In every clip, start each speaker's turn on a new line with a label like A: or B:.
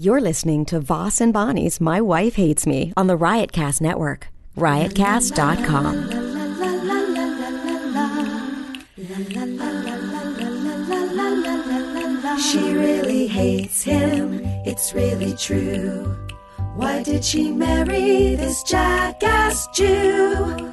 A: You're listening to Voss and Bonnie's My Wife Hates Me on the Riotcast Network. Riotcast.com.
B: She really hates him, it's really true. Why did she marry this jackass Jew?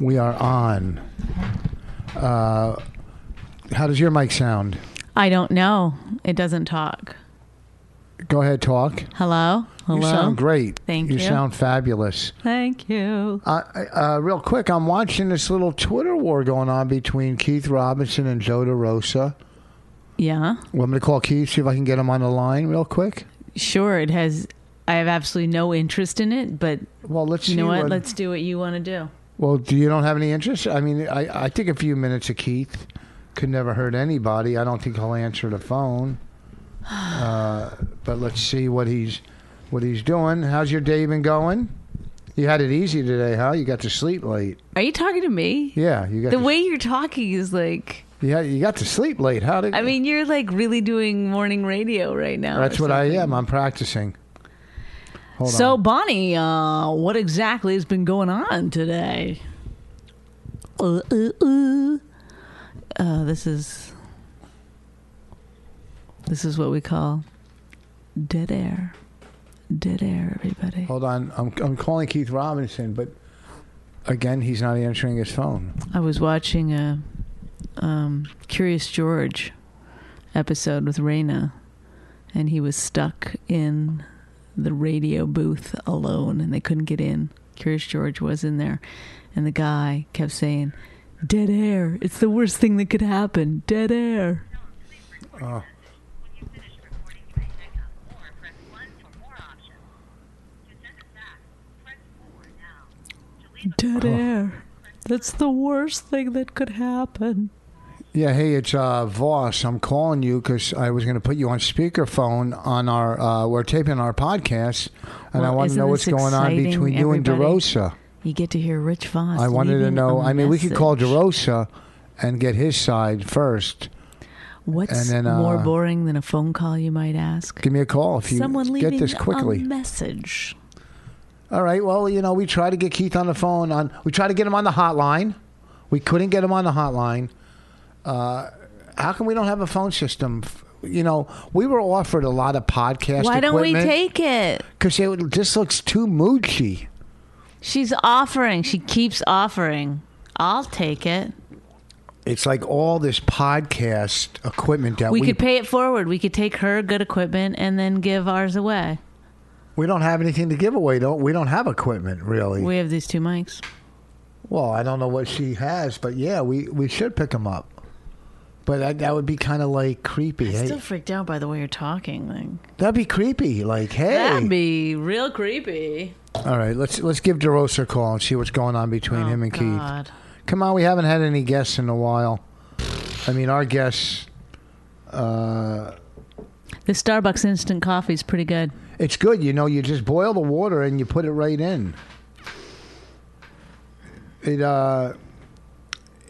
C: We are on. Uh, how does your mic sound?
D: I don't know. It doesn't talk.
C: Go ahead, talk.
D: Hello? Hello?
C: You sound great.
D: Thank
C: You
D: you.
C: sound fabulous.
D: Thank you.
C: Uh, uh, real quick, I'm watching this little Twitter war going on between Keith Robinson and Joe DeRosa.
D: Yeah.
C: Want me to call Keith, see if I can get him on the line real quick?
D: Sure, it has I have absolutely no interest in it, but
C: Well, let's
D: you
C: see
D: know what? Let's do what you want to do.
C: well, do you don't have any interest? I mean, I, I think a few minutes of Keith could never hurt anybody. I don't think he'll answer the phone. Uh, but let's see what he's what he's doing. How's your day been going? You had it easy today, huh? You got to sleep late.
D: Are you talking to me?
C: Yeah, you got
D: The
C: to,
D: way you're talking is like
C: Yeah, you got to sleep late. How did
D: I mean, you're like really doing morning radio right now. or
C: That's what I
D: something.
C: am. I'm practicing. Hold
D: So,
C: on.
D: Bonnie, uh, what exactly has been going on today? Uh, uh, uh. Uh, this is this is what we call dead air. Dead air, everybody.
C: Hold on. I'm I'm calling Keith Robinson, but again, he's not answering his phone.
D: I was watching a um, Curious George episode with Raina, and he was stuck in the radio booth alone, and they couldn't get in. Curious George was in there, and the guy kept saying, "Dead air! It's the worst thing that could happen. Dead air." Dead air. That's the worst thing that could happen.
C: Yeah, hey, it's uh, Voss. I'm calling you because I was going to put you on speakerphone on our. Uh, we're taping our podcast, and I
D: Well,
C: want to
D: isn't
C: know what's
D: this
C: going on
D: exciting,
C: between you and
D: everybody?
C: DeRosa.
D: You get to hear Rich Voss.
C: I wanted to
D: leaving
C: know.
D: a
C: I mean, we could call
D: message.
C: DeRosa and get his side first.
D: What's
C: and then, uh,
D: more boring than a phone call? You might ask.
C: Give me a call if you
D: Someone leaving
C: get this quickly.
D: a message.
C: All right. Well, you know, we tried to get Keith on the phone. On we tried to get him on the hotline. We couldn't get him on the hotline. Uh, how come we don't have a phone system? F- You know, we were offered a lot of podcast.
D: Why don't we take it?
C: Because it just looks too moochy.
D: She's offering. She keeps offering. I'll take it.
C: It's like all this podcast equipment that
D: We,
C: we
D: could pay it forward. We could take her good equipment and then give ours away.
C: we don't have anything to give away. Don't we? Don't have equipment really.
D: We have these two mics.
C: Well, I don't know what she has, but yeah, we we should pick them up. But that, that would be kind of like creepy. Hey,
D: Still freaked out by the way you're talking. Like,
C: that'd be creepy. Like, hey,
D: That'd be real creepy.
C: All right, let's let's give DeRosa a call and see what's going on between him and
D: Oh, God.
C: Keith. Come on, we haven't had any guests in a while. I mean, our guests.
D: The Starbucks instant coffee's pretty good.
C: It's good, you know. You just boil the water and you put it right in. It uh,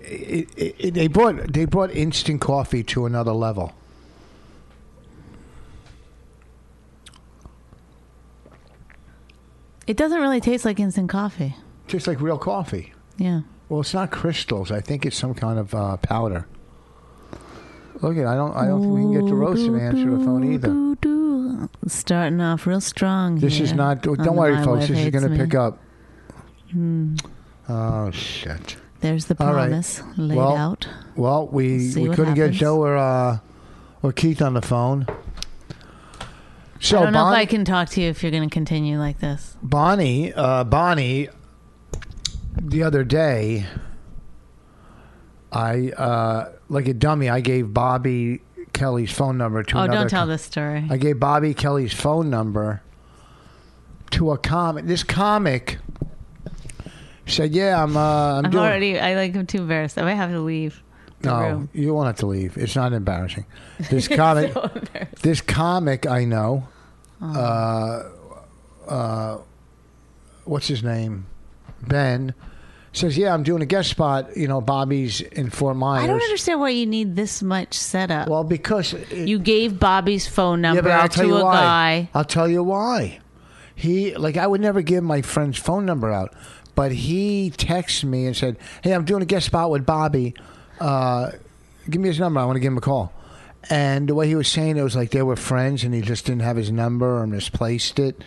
C: it, it, it they brought they brought instant coffee to another level.
D: It doesn't really taste like instant coffee.
C: Just like real coffee.
D: Yeah.
C: Well, it's not crystals. I think it's some kind of uh, powder. Look at I don't I don't think we can get DeRosa to answer the phone either.
D: Doo-doo. Starting off real strong.
C: This is
D: here
C: not.
D: on
C: Don't
D: the
C: worry,
D: My
C: folks.
D: Wife
C: This is
D: Hates
C: going to
D: Me. Hmm.
C: pick up. Oh shit!
D: There's the
C: All right.
D: promise laid
C: Well,
D: out.
C: Well, we
D: See
C: we
D: what
C: couldn't get
D: happens.
C: Joe or uh, or Keith on the phone. So
D: I don't know
C: Bonnie,
D: if I can talk to you if you're going to continue like this.
C: Bonnie, uh, Bonnie, the other day, I uh, like a dummy. I gave Bobby Kelly's phone number to
D: Oh,
C: another.
D: don't tell
C: co-
D: this story.
C: I gave Bobby Kelly's phone number to a comic. This comic said, "Yeah, I'm. Uh, I'm,
D: I'm
C: doing."
D: already. I like. I'm too embarrassed. I might have to leave. the
C: no,
D: room.
C: you won't have to leave. It's not embarrassing. This comic,
D: So Oh. embarrassed.
C: this comic I know. Uh, uh, what's his name? Ben says, "Yeah, I'm doing a guest spot. You know, Bobby's in Fort Myers.
D: I don't understand why you need this much setup.
C: Well, because it-
D: you gave Bobby's phone
C: yeah,
D: number
C: but I'll
D: to
C: tell you
D: a
C: why.
D: guy.
C: I'll tell you why. He like I would never give my friend's phone number out, but he texted me and said, "Hey, I'm doing a guest spot with Bobby. Uh, give me his number. I want to give him a call." And the way he was saying it was like they were friends, and he just didn't have his number or misplaced it.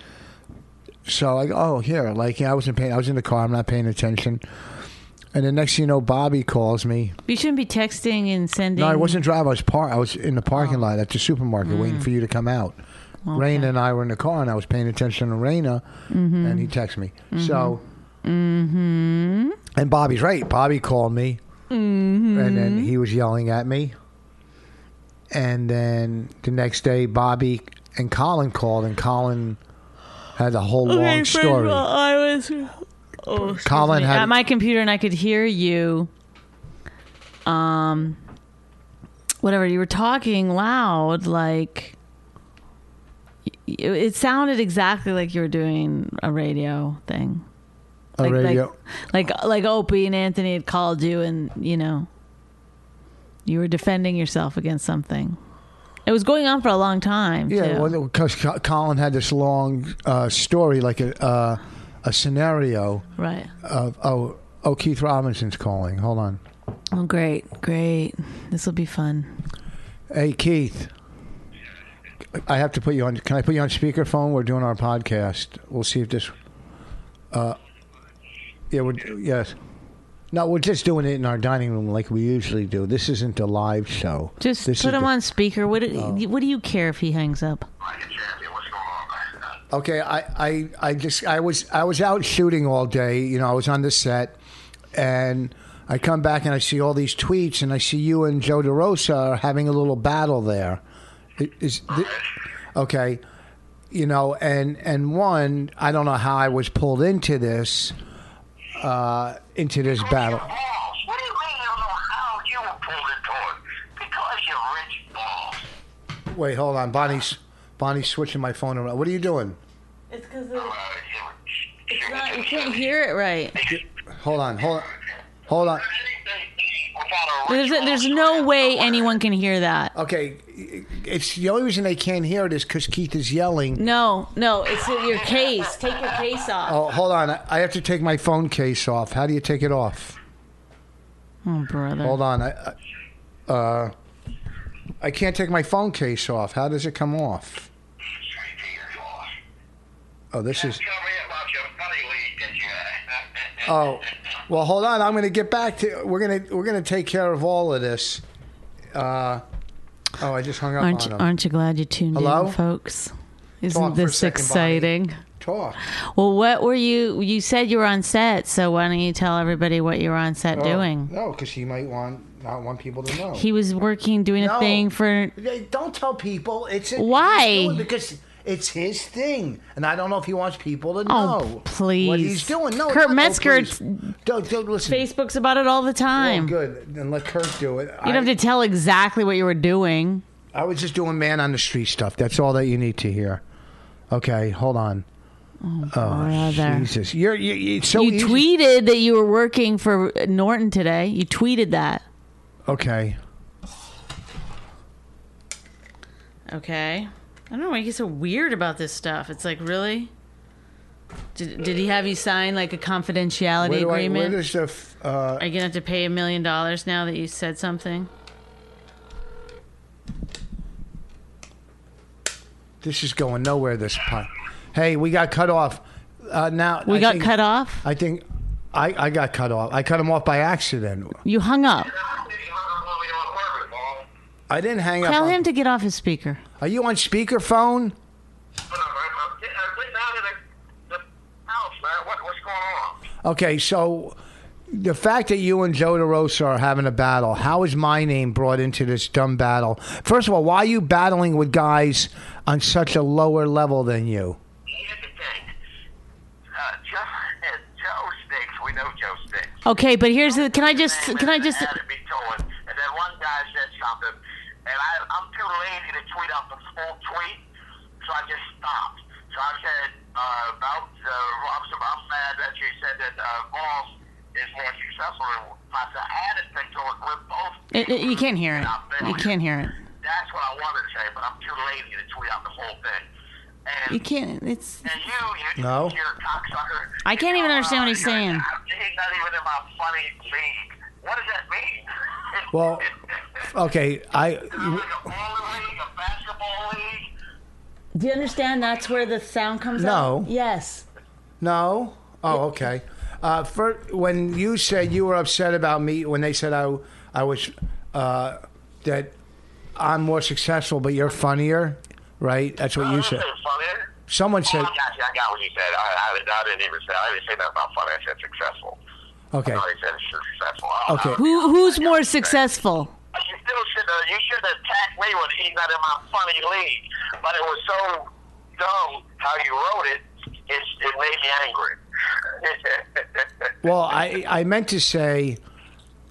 C: So like, oh here, like yeah, I wasn't paying. I was in the car. I'm not paying attention. And the next thing you know, Bobby calls me.
D: You shouldn't be texting and sending.
C: No, I wasn't driving. I was par- I was in the parking
D: Oh.
C: lot at the supermarket
D: Mm.
C: waiting for you to come out. Raina and I were in the car, and I was paying attention to Raina,
D: Mm-hmm.
C: and he texted me. So,
D: Mm-hmm.
C: and Bobby's right. Bobby called me, and then he was yelling at me. And then the next day, Bobby and Colin called, and Colin had a whole
D: Okay,
C: long
D: first of
C: story.
D: all, I was. Oh, excuse
C: Colin
D: me.
C: had-
D: at my computer, and I could hear you. Um, whatever you were talking loud, like y- y- it sounded exactly like you were doing a radio thing.
C: a
D: like,
C: radio.
D: Like, like like Opie and Anthony had called you, and you know, you were defending yourself against something. It was going on for a long time.
C: Yeah,
D: too.
C: well, because Colin had this long uh, story, like a uh, a scenario
D: right.
C: of oh oh Keith Robinson's calling. Hold on,
D: Oh, great, great. This will be fun.
C: hey Keith, I have to put you on. Can I put you on speakerphone? We're doing our podcast. We'll see if this. Uh, yeah, we're yes. No, we're just doing it in our dining room like we usually do. This isn't a live show.
D: Just
C: this Oh.
D: put
C: is
D: him
C: the-
D: on speaker. What do, what do you care if he hangs up?
C: Okay, I, I, I just I was I was out shooting all day. You know, I was on the set, and I come back and I see all these tweets, and I see you and Joe DeRosa are having a little battle there. I- Is, thi- okay, you know, and and one, I don't know how I was pulled into this, uh, into this battle.
E: balls. What do you mean you don't know how you were pulled into it? Because you're rich balls.
C: Wait, hold on, Bonnie's Bonnie's switching my phone around. What are you doing?
D: It's because it's
E: Uh, you,
D: not. You can't hear it right.
C: Hold on, hold on, hold on.
E: anything without a
D: There's
E: rich
D: there's
E: ball
D: no
E: slam.
D: way anyone can hear that.
C: Okay, it's the only reason they can't hear it is because Keith is yelling.
D: No, no. It's your case. Take your case off.
C: Oh, hold on. I I have to take my phone case off. How do you take it off?
D: Oh, brother.
C: Hold on. I, I, uh, I can't take my phone case off. How does it come off? Oh, this is.
E: Tell me about your money league that you had.
C: Oh, well, hold on. I'm going to get back to. We're going to we're going to take care of all of this. Uh, oh, I just hung up
D: Aren't
C: on
D: you,
C: him.
D: aren't you glad you tuned
C: Hello?
D: in, folks? Isn't
C: Talk for a
D: this
C: second, Bonnie.
D: exciting?
C: Talk.
D: Well, what were you? You said you were on set, so why don't you tell everybody what you were on set doing?
C: Oh, No, because he might want not want people to know.
D: He was working doing
C: No.
D: a thing for.
C: They- Don't tell people. It's a,
D: Why?
C: he's doing- because it's his thing, and I don't know if he wants people to
D: Oh,
C: know what
D: please.
C: he's doing. No, it's
D: Kurt
C: not- oh,
D: Metzger-
C: please. Don't, don't listen.
D: Facebook's about it all the
C: Oh,
D: time.
C: good. Then let Kurt do it.
D: You
C: I,
D: don't have to tell exactly what you were doing.
C: I was just doing man on the street stuff. That's all that you need to hear. Okay, hold on. Oh,
D: brother.
C: Jesus, you're you, you- it's so
D: You
C: easy.
D: tweeted that you were working for Norton today. You tweeted that.
C: Okay,
D: Okay. I don't know why you get so weird about this stuff. It's like, really? Did, did he have you sign like a confidentiality
C: where do I? Where
D: agreement?
C: does the? f- Uh,
D: Are you gonna have to pay a million dollars now that you said something?
C: this is going nowhere. This pot. Hey, we got cut off. Uh, now
D: We
C: I
D: got
C: think-
D: cut off.
C: I think I, I got cut off. I cut him off by accident.
D: You hung up.
C: I didn't hang up.
D: Tell
C: on-
D: him to get off his speaker.
C: Are you on speakerphone? Okay, so the fact that you and Joe DeRosa are having a battle, how is my name brought into this dumb battle? First of all, why are you battling with guys on such a lower level than you?
E: Here's the thing.
D: Okay, but here's the. Can I just?
E: Name
D: Can I
E: it
D: just?
E: had to be told. And then one guy said something, and I, I'm too lazy to tweet out the full tweet, so I just stopped. So I said uh, about uh, Robson, I'm mad that you said that uh, Voss is more successful than Fox. I added picture with both.
D: It, it- you can't hear
E: And I
D: it.
E: failed.
D: You can't hear it.
E: That's what I wanted to say, but I'm too lazy to tweet out the whole thing. And
D: You can't. It's.
E: and you, you,
C: No.
E: you're a cocksucker.
D: I can't even understand what he's
E: You're-
D: saying.
E: He's not even in my funny league. What does that mean?
C: Well, okay, I
E: I'm in a bowling league, a basketball league.
D: Do you understand? That's where the sound comes
C: No. out?
D: Yes.
C: no. Oh, okay. Uh, fir- when you said you were upset about me, when they said I, I was uh, that I'm more successful, but you're funnier, right? That's what you said.
E: Funnier.
C: Someone
E: Oh, I
C: said,
E: got you. I got what you said. I, I, I didn't even say. I didn't say nothing about funny. I said successful.
C: okay,
E: I already said it's successful. Oh,
C: Okay.
E: no.
D: Who who's more successful?
E: You still should have. You should have attacked me when he's not in my funny league. But it was so dumb how you wrote it. It, it made me angry.
C: Well, I I meant to say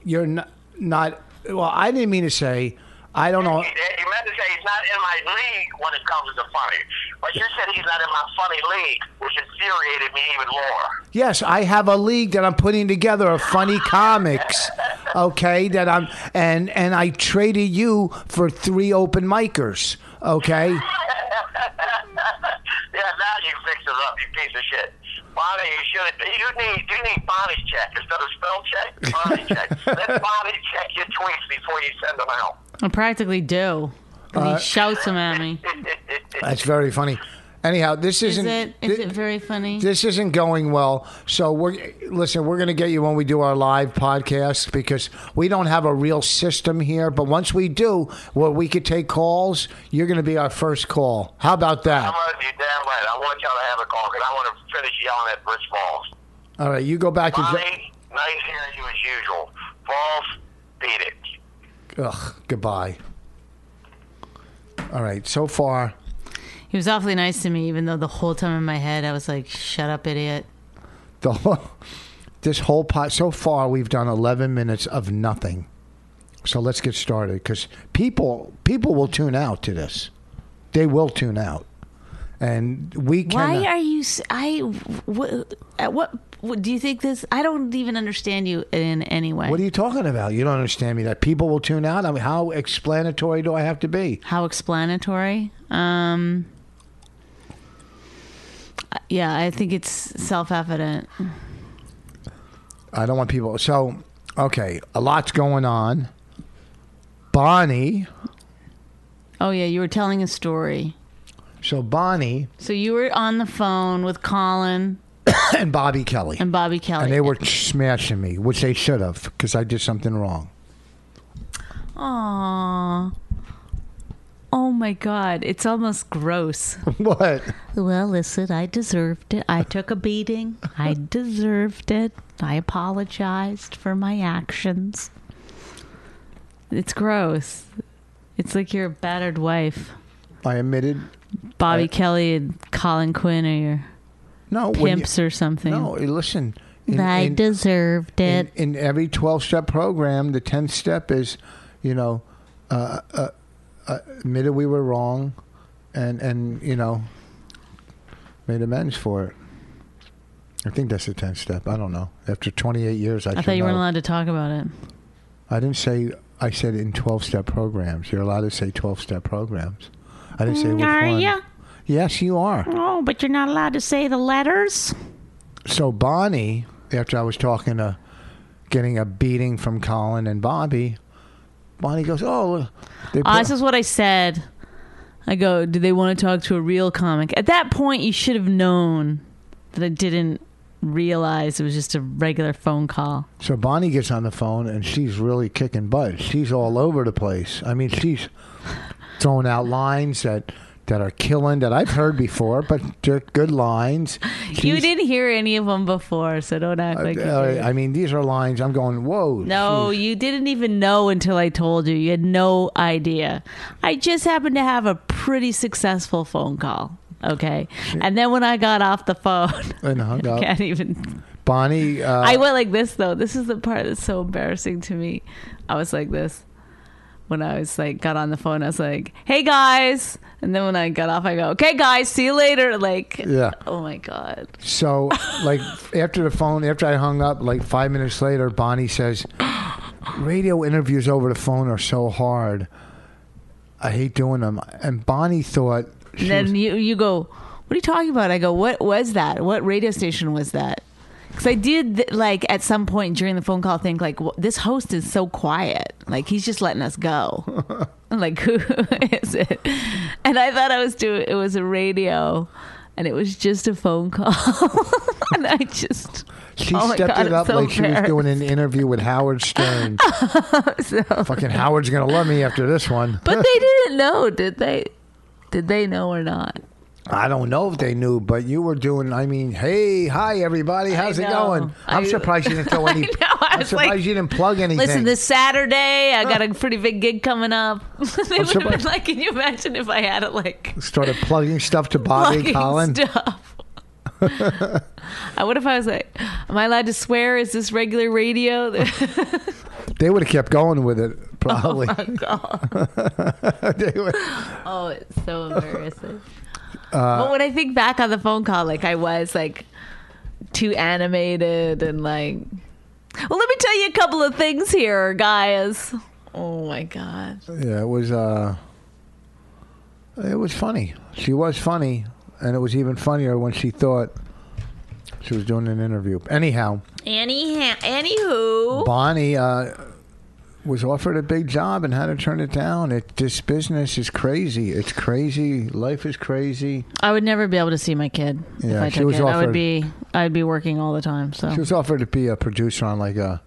C: you're not, not well, I didn't mean to say I don't know.
E: you meant to say he's not in my league when it comes to funny, but you said he's not in my funny league, which infuriated me even more.
C: Yes, I have a league that I'm putting together of funny comics. Okay, that I'm and and I traded you for three open micers. Okay?
E: Yeah, now you fix it up, you piece of shit. Bonnie, you should have. You need you need Bonnie check instead of spell check. Bonnie check. Let Bonnie check your tweets before you send them out.
D: I practically do. 'Cause
C: Uh,
D: he shouts them at me.
C: That's very funny. Anyhow, this
D: Is
C: isn't
D: it? Is
C: thi-
D: it very funny?
C: this isn't going well. So we're listen. We're going to get you when we do our live podcast because we don't have a real system here. But once we do, where we could take calls, you're going to be our first call. How about
E: I'm
C: that?
E: gonna you damn right. I want y'all to have a call because I want to finish yelling at Rich Balls.
C: All right, you go back to. Jo-
E: Bonnie, nice hearing you as usual. Balls, beat it.
C: Ugh, goodbye. All right. So far,
D: He was awfully nice to me, even though the whole time in my head I was like, "Shut up, idiot."
C: the whole, this whole pot. So far, we've done 11 minutes of nothing. So let's get started because people people will tune out to this. They will tune out, and we can.
D: Why are you? s- I. wh- At what, what do you think this? I don't even understand you in any way.
C: What are you talking about? You don't understand me. That people will tune out. I mean, how explanatory do I have to be?
D: How explanatory? Um. Yeah, I think it's self-evident.
C: I don't want people. So, okay, a lot's going on. Bonnie.
D: Oh yeah, you were telling a story.
C: So Bonnie
D: So you were on the phone with Colin
C: and Bobby Kelly,
D: and Bobby Kelly.
C: and they were smashing me, which they should have, because I did something wrong.
D: Aww. Oh my God, it's almost gross.
C: what?
D: Well, listen, I deserved it. I took a beating. I deserved it. I apologized for my actions. It's gross. It's like your battered wife.
C: I admitted.
D: Bobby
C: Uh,
D: Kelly and Colin Quinn are your
C: No, when you-
D: pimps or something.
C: no. Listen. in-
D: I
C: in-
D: deserved it.
C: in, in every 12 step program, the 10th step is, you know, uh, uh, uh, admitted we were wrong and, and, you know, made amends for it. I think that's the 10th step. I don't know. After 28 years, I,
D: I
C: should
D: thought you weren't
C: know.
D: allowed to talk about it.
C: I didn't say, I said in 12 step programs. You're allowed to say 12 step programs. I didn't say which one.
D: Mm, ya?
C: Yes, you are.
D: Oh, but you're not allowed to say the letters?
C: So Bonnie, after I was talking to getting a beating from Colin and Bobby, Bonnie goes, "Oh, they
D: Ah,
C: brought-
D: this is what I said. I go, do they want to talk to a real comic? At that point, you should have known that I didn't realize it was just a regular phone call.
C: so Bonnie gets on the phone and she's really kicking butt. She's all over the place. I mean, she's throwing out lines that that are killing that I've heard before, but they're good lines.
D: you
C: She's-
D: didn't hear any of them before, so don't act
C: uh,
D: like you
C: uh,
D: did.
C: I mean, these are lines. I'm going, whoa.
D: No,
C: she's-
D: you didn't even know until I told you. You had no idea. I just happened to have a pretty successful phone call. Okay. And then when I got off the phone,
C: and hung up.
D: can't even
C: Bonnie, uh,
D: I went like this though. This is the part that's so embarrassing to me. I was like this when I was like got on the phone. I was like, "Hey guys," and then when I got off, I go, "Okay guys, see you later." Like,
C: Yeah.
D: Oh my god.
C: So, like, after the phone, after I hung up, like five minutes later, Bonnie says, Radio interviews over the phone are so hard. I hate doing them. And Bonnie thought, she
D: And then
C: was-
D: you you go, "What are you talking about?" I go, "What was that? What radio station was that?" Because I did th- like at some point during the phone call think like, "Wha- "This host is so quiet. Like he's just letting us go." I'm like who is it? And I thought I was doing it was a radio. And it was just a phone call, and I just
C: she
D: oh my
C: stepped
D: God,
C: it
D: I'm
C: up
D: so
C: like she was doing an interview with Howard Stern. Fucking Howard's going to love me after this one.
D: But they didn't know, did they? Did they know or not?
C: I don't know if they knew, but you were doing, I mean, hey, hi, everybody. How's it
D: know.
C: going? I'm
D: I-
C: surprised you didn't throw any.
D: know, I
C: am
D: was
C: surprised
D: like,
C: you didn't plug anything.
D: Listen, this Saturday I got a pretty big gig coming up. they would have
C: surprised-
D: been like, "Can you imagine if I had it like
C: Started plugging stuff to Bobby and
D: plugging
C: Colin.
D: stuff?" I what if I was like, "Am I allowed to swear? Is this regular radio?"
C: They would have kept going with it, probably. They would-
D: oh, it's so embarrassing.
C: Uh,
D: but when I think back on the phone call, like I was like too animated and like, well, let me tell you a couple of things here, guys. Oh my god.
C: yeah, it was. Uh, it was funny. She was funny, and it was even funnier when she thought she was doing an interview. Anyhow,
D: Anyhow, anywho,
C: Bonnie uh, was offered a big job and had to turn it down. It this business is crazy. It's crazy. Life is crazy.
D: I would never be able to see my kid
C: Yeah,
D: if I
C: she
D: took
C: was
D: it. I
C: offered-
D: would be, I'd be working all the time. So
C: She was offered to be a producer on like a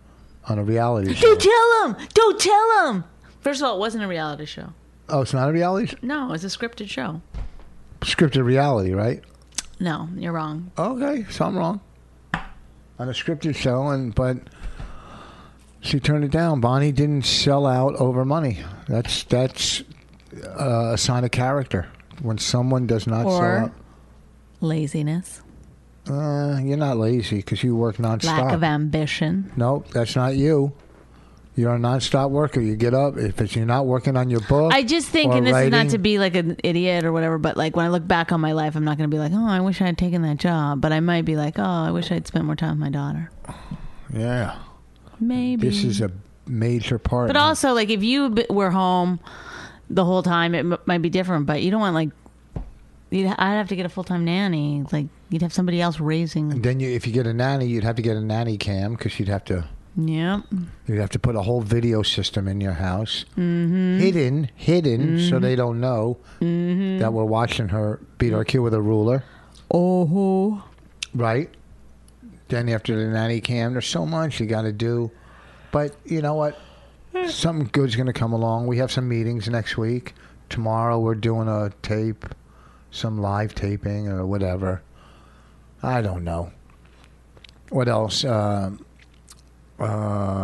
C: on a reality show.
D: don't tell him. Don't tell him. First of all, it wasn't a reality show.
C: Oh, it's not a reality
D: No, it was a scripted show.
C: scripted reality, right?
D: No, you're wrong.
C: okay, so I'm wrong. On a scripted show, and but she turned it down. Bonnie didn't sell out over money. That's that's uh, a sign of character when someone does not
D: Or-
C: sell
D: Laziness,
C: out. Uh, you're not lazy because you work nonstop.
D: lack of ambition.
C: nope, that's not you. You're a nonstop worker. You get up if it's, you're not working on your book.
D: I just think,
C: or
D: and this is not
C: writing-
D: to be like an idiot or whatever, but like when I look back on my life, I'm not going to be like, oh, I wish I had taken that job. But I might be like, oh, I wish I'd spent more time with my daughter.
C: Yeah,
D: Maybe.
C: this is a major part.
D: But also, like, if you b- were home the whole time, it m- might be different. But you don't want like, you'd, I'd have to get a full time nanny. Like, you'd have somebody else raising.
C: then you, if you get a nanny, you'd have to get a nanny cam because you'd have to.
D: Yep.
C: You'd have to put a whole video system in your house, hidden, hidden, so they don't know that we're watching her beat our kid with a ruler,
D: Oh.
C: right? Then after the nanny cam, there's so much you got to do, but you know what? Something good's going to come along. We have some meetings next week. Tomorrow we're doing a tape, some live taping or whatever. I don't know. What else? Um,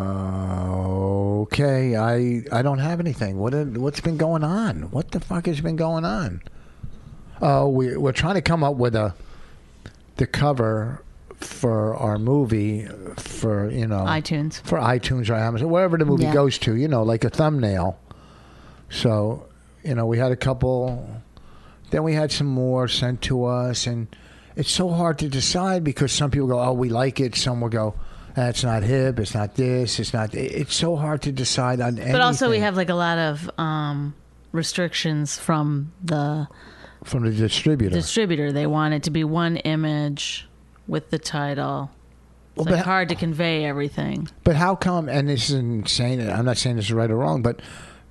C: Uh, okay, I I don't have anything. What did- what's been going on? What the fuck has been going on? Oh, we we're trying to come up with a the cover for our movie for you know
D: iTunes.
C: for iTunes or Amazon wherever the movie
D: Yeah.
C: goes to. You know, like a thumbnail. So you know, we had a couple. Then we had some more sent to us, and it's so hard to decide because some people go, "Oh, we like it." Some will go, "That's not hip. It's not this. It's not." it- It's so hard to decide on.
D: But also, we have like a lot of um, restrictions from the
C: from the distributor.
D: distributor. They want it to be one image with the title.
C: Well,
D: It's like
C: but-
D: hard to convey everything.
C: But how come? And this is insane. I'm not saying this is right or wrong, but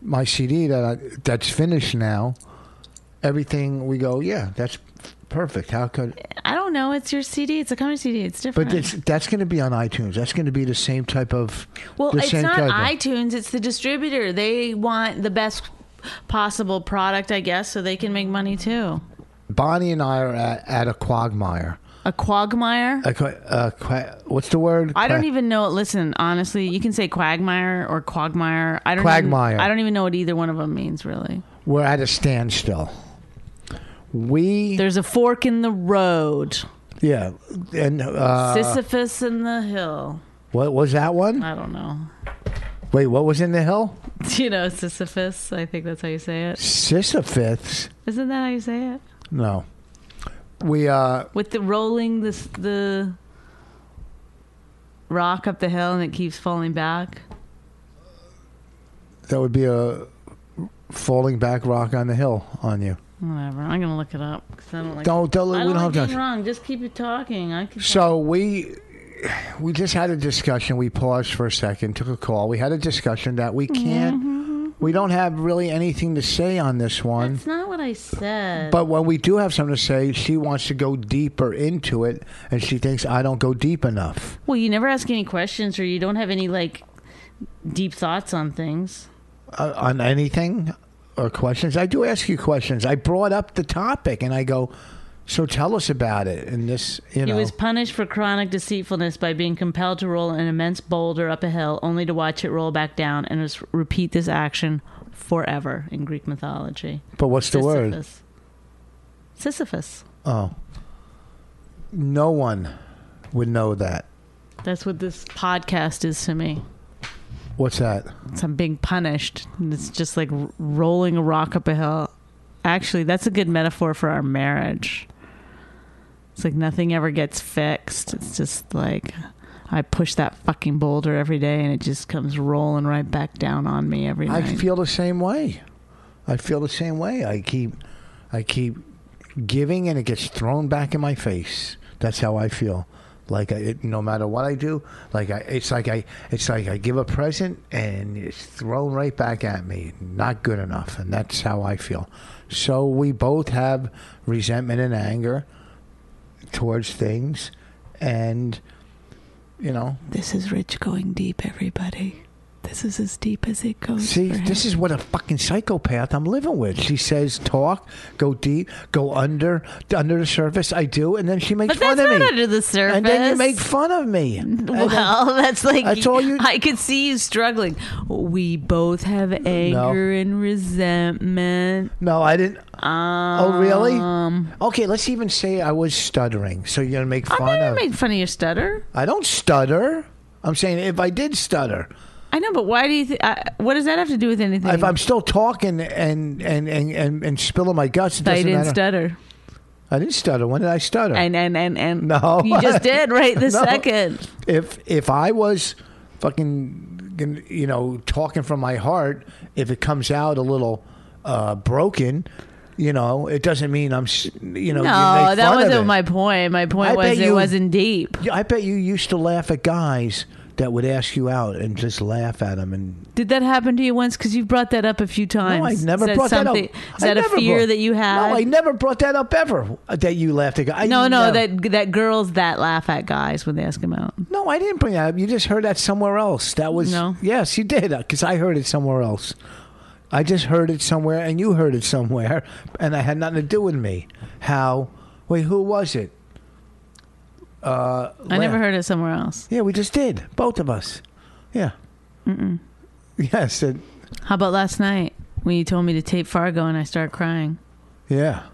C: my CD that I, that's finished now, everything we go, yeah, that's perfect. How could?
D: I don't know. It's your CD. It's a comedy CD. It's different.
C: But it's, that's going to be on iTunes. That's going to be the same type of.
D: Well,
C: the
D: it's
C: same
D: not
C: type of-
D: iTunes, it's the distributor. They want the best possible product, I guess, so they can make money too.
C: Bonnie and I are at, at a quagmire.
D: A quagmire?
C: A, qua- a, qua- what's the word?
D: I don't
C: Qua-
D: even know. Listen, honestly, you can say quagmire or quagmire. I don't
C: Quagmire.
D: Even, I don't even know what either one of them means, really.
C: We're at a standstill. We
D: There's a fork in the road.
C: Yeah, and uh,
D: Sisyphus in the hill.
C: what was that one?
D: I don't know.
C: Wait, what was in the hill?
D: You know Sisyphus. I think that's how you say it.
C: Sisyphus.
D: Isn't that how you say it?
C: No, we uh,
D: With the rolling the s- the rock up the hill and it keeps falling back.
C: that would be a falling back rock on the hill on you.
D: Whatever. I'm gonna look it up because I don't like.
C: Don't don't. we
D: I don't
C: don't
D: like
C: have
D: being
C: time.
D: wrong. Just keep it talking. I can.
C: So we we just had a discussion. We paused for a second, took a call. We had a discussion that we can't. We don't have really anything to say on this one.
D: Mm-hmm. That's not what I said.
C: But when we do have something to say, she wants to go deeper into it, and she thinks I don't go deep enough.
D: well, you never ask any questions, or you don't have any like deep thoughts on things.
C: uh, on anything or questions. I do ask you questions. I brought up the topic and I go, so tell us about it. And this, you
D: He
C: know,
D: was punished for chronic deceitfulness by being compelled to roll an immense boulder up a hill, only to watch it roll back down, and just repeat this action forever in Greek mythology.
C: but what's the word?
D: Sisyphus. Sisyphus.
C: Oh, no one would know that.
D: That's what this podcast is to me.
C: What's that?
D: It's I'm being punished. And It's just like r- rolling a rock up a hill. Actually, that's a good metaphor for our marriage. It's like nothing ever gets fixed. It's just like I push that fucking boulder every day and it just comes rolling right back down on me every
C: I
D: night.
C: feel the same way. I feel the same way. I keep, I keep giving, and it gets thrown back in my face. That's how I feel. Like I, it, no matter what I do, like I, it's like I, it's like I give a present and it's thrown right back at me. Not good enough, and that's how I feel. So we both have resentment and anger towards things, and you know,
D: this is Rich going deep, everybody. This is as deep as it goes.
C: See, this is what a fucking psychopath I'm living with. She says, "Talk, go deep, go under, under the surface." I do, and then she makes
D: but
C: fun
D: that's
C: of
D: not
C: me,
D: under the surface.
C: and then you make fun of me. And then-
D: Well, that's like
C: That's all you-
D: I could see you struggling. We both have anger and resentment.
C: no, I didn't.
D: Um,
C: Oh, really?
D: I'm
C: Okay, let's even say I was stuttering. So you're gonna make fun
D: never
C: of?
D: made fun of your stutter.
C: I don't stutter. I'm saying if I did stutter,
D: I know, but why do you? Th- I, what does that have to do with anything?
C: if I'm still talking and and and and, and spilling my guts, it
D: I
C: doesn't
D: didn't
C: matter.
D: stutter.
C: I didn't stutter. When did I stutter?
D: And and and and
C: No.
D: you just did right this
C: No.
D: second.
C: if if I was fucking you know talking from my heart, if it comes out a little uh, broken, you know, it doesn't mean I'm s- you know. you
D: No,
C: make
D: that
C: fun of it.
D: wasn't my point. My point
C: I
D: was
C: bet
D: it
C: you-
D: wasn't deep.
C: I bet you used to laugh at guys that would ask you out and just laugh at them and
D: Did that happen to you once? Because you've brought that up a few times.
C: no, I never
D: Is that
C: brought that up.
D: something- Is
C: I
D: that a
C: never
D: fear
C: brought-
D: that you had?
C: No, I never brought that up ever. uh, That you laughed at. guy- I
D: No, no,
C: never-
D: that that girls that laugh at guys when they ask them out.
C: No, I didn't bring that up. You just heard that somewhere else. That was
D: No.
C: Yes, you did because I heard it somewhere else. I just heard it somewhere, and you heard it somewhere, and it had nothing to do with me. How? Wait, who was it? Uh,
D: I never heard it somewhere else.
C: Yeah, we just did. Both of us. Yeah. Mm-mm. Yes. It,
D: How about last night when you told me to tape Fargo and I started crying,
C: yeah.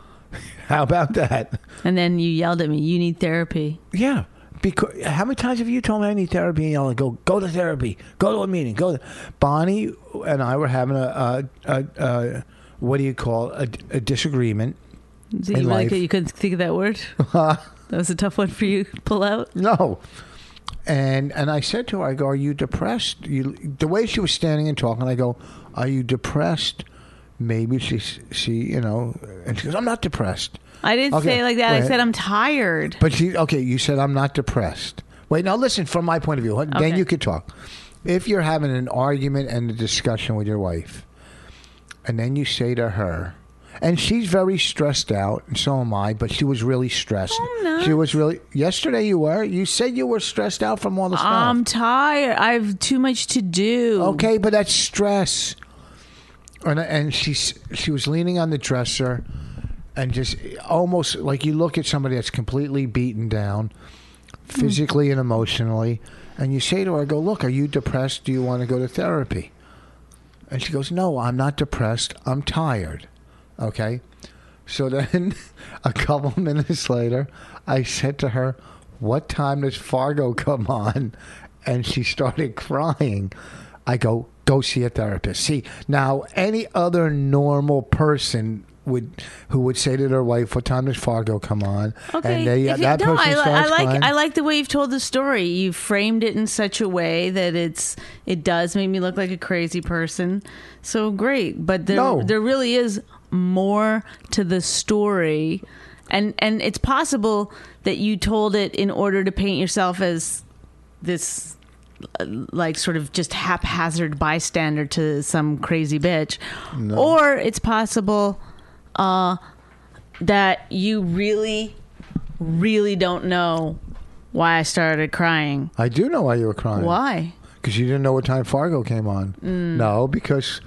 C: How about that?
D: and then you yelled at me, "You need therapy."
C: Yeah. Because how many times have you told me I need therapy? And yelling, go go to therapy, go to a meeting, go. To, Bonnie and I were having a, a, a, a what do you call it? a, a disagreement?
D: So
C: In
D: you really
C: life.
D: could, you couldn't think of that word. that was a tough one for you. to Pull out.
C: No. And and I said to her, I go, are you depressed? You the way she was standing and talking, I go, are you depressed? Maybe she she you know, and she goes, I'm not depressed.
D: I didn't
C: Okay,
D: say it like that. I
C: wait.
D: said I'm tired.
C: But she, okay, you said I'm not depressed. Wait, now listen from my point of view. Then
D: Okay.
C: you could talk. If you're having an argument and a discussion with your wife, and then you say to her, and she's very stressed out, and so am I, but she was really stressed.
D: I'm not.
C: She was really. Yesterday you were. You said you were stressed out from all the stuff.
D: I'm tired. I have too much to do.
C: Okay, but that's stress. And and she she was leaning on the dresser, and just almost like you look at somebody that's completely beaten down,
D: Mm-hmm.
C: physically and emotionally, and you say to her, I "Go look. Are you depressed? Do you want to go to therapy?" And she goes, "No, I'm not depressed. I'm tired." Okay, So then, a couple minutes later, I said to her, "What time does Fargo come on?" And she started crying. I go, "Go see a therapist." See, now any other normal person would who would say to their wife, "What time does Fargo come on?"
D: Okay.
C: and they, uh,
D: if you-
C: that
D: no,
C: person
D: I, li- I
C: starts
D: like
C: crying.
D: I like the way you've told the story. You framed it in such a way that it's it does make me look like a crazy person. So great, but there
C: No.
D: there really is more to the story, and and it's possible that you told it in order to paint yourself as this uh, like sort of just haphazard bystander to some crazy bitch or it's possible uh that you really really don't know why I started crying.
C: I do know why you were crying.
D: Why? Mm.
C: Because you didn't know what time Fargo came on. No, because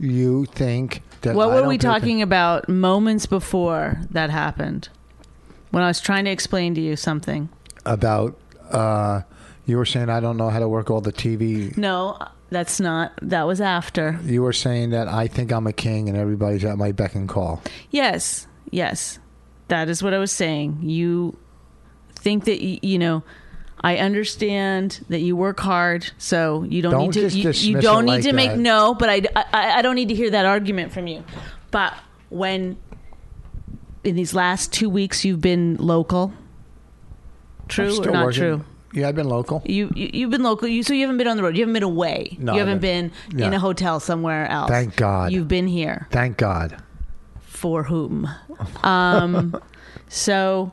C: you think that.
D: What
C: I
D: were
C: don't
D: we
C: pay atten-
D: talking about moments before that happened? When I was trying to explain to you something.
C: about? Uh, you were saying I don't know how to work all the TV.
D: No, that's not. That was after.
C: You were saying that I think I'm a king and everybody's at my beck and call.
D: Yes. Yes. That is what I was saying. You think that y- you know I understand that you work hard, so you don't,
C: Don't
D: need to
C: just
D: you, you
C: dismiss
D: don't
C: it
D: need
C: like
D: to make
C: that.
D: no, but I, I I don't need to hear that argument from you. But when in these last 2 weeks you've been local
C: I'm
D: true or
C: still
D: not
C: working.
D: true?
C: Yeah, I've been local.
D: You, you you've been local. You so you haven't been on the road. You haven't been away.
C: No,
D: you
C: I
D: haven't been
C: haven't.
D: in
C: Yeah.
D: a hotel somewhere else.
C: Thank God.
D: You've been here
C: Thank God.
D: for whom? Um, so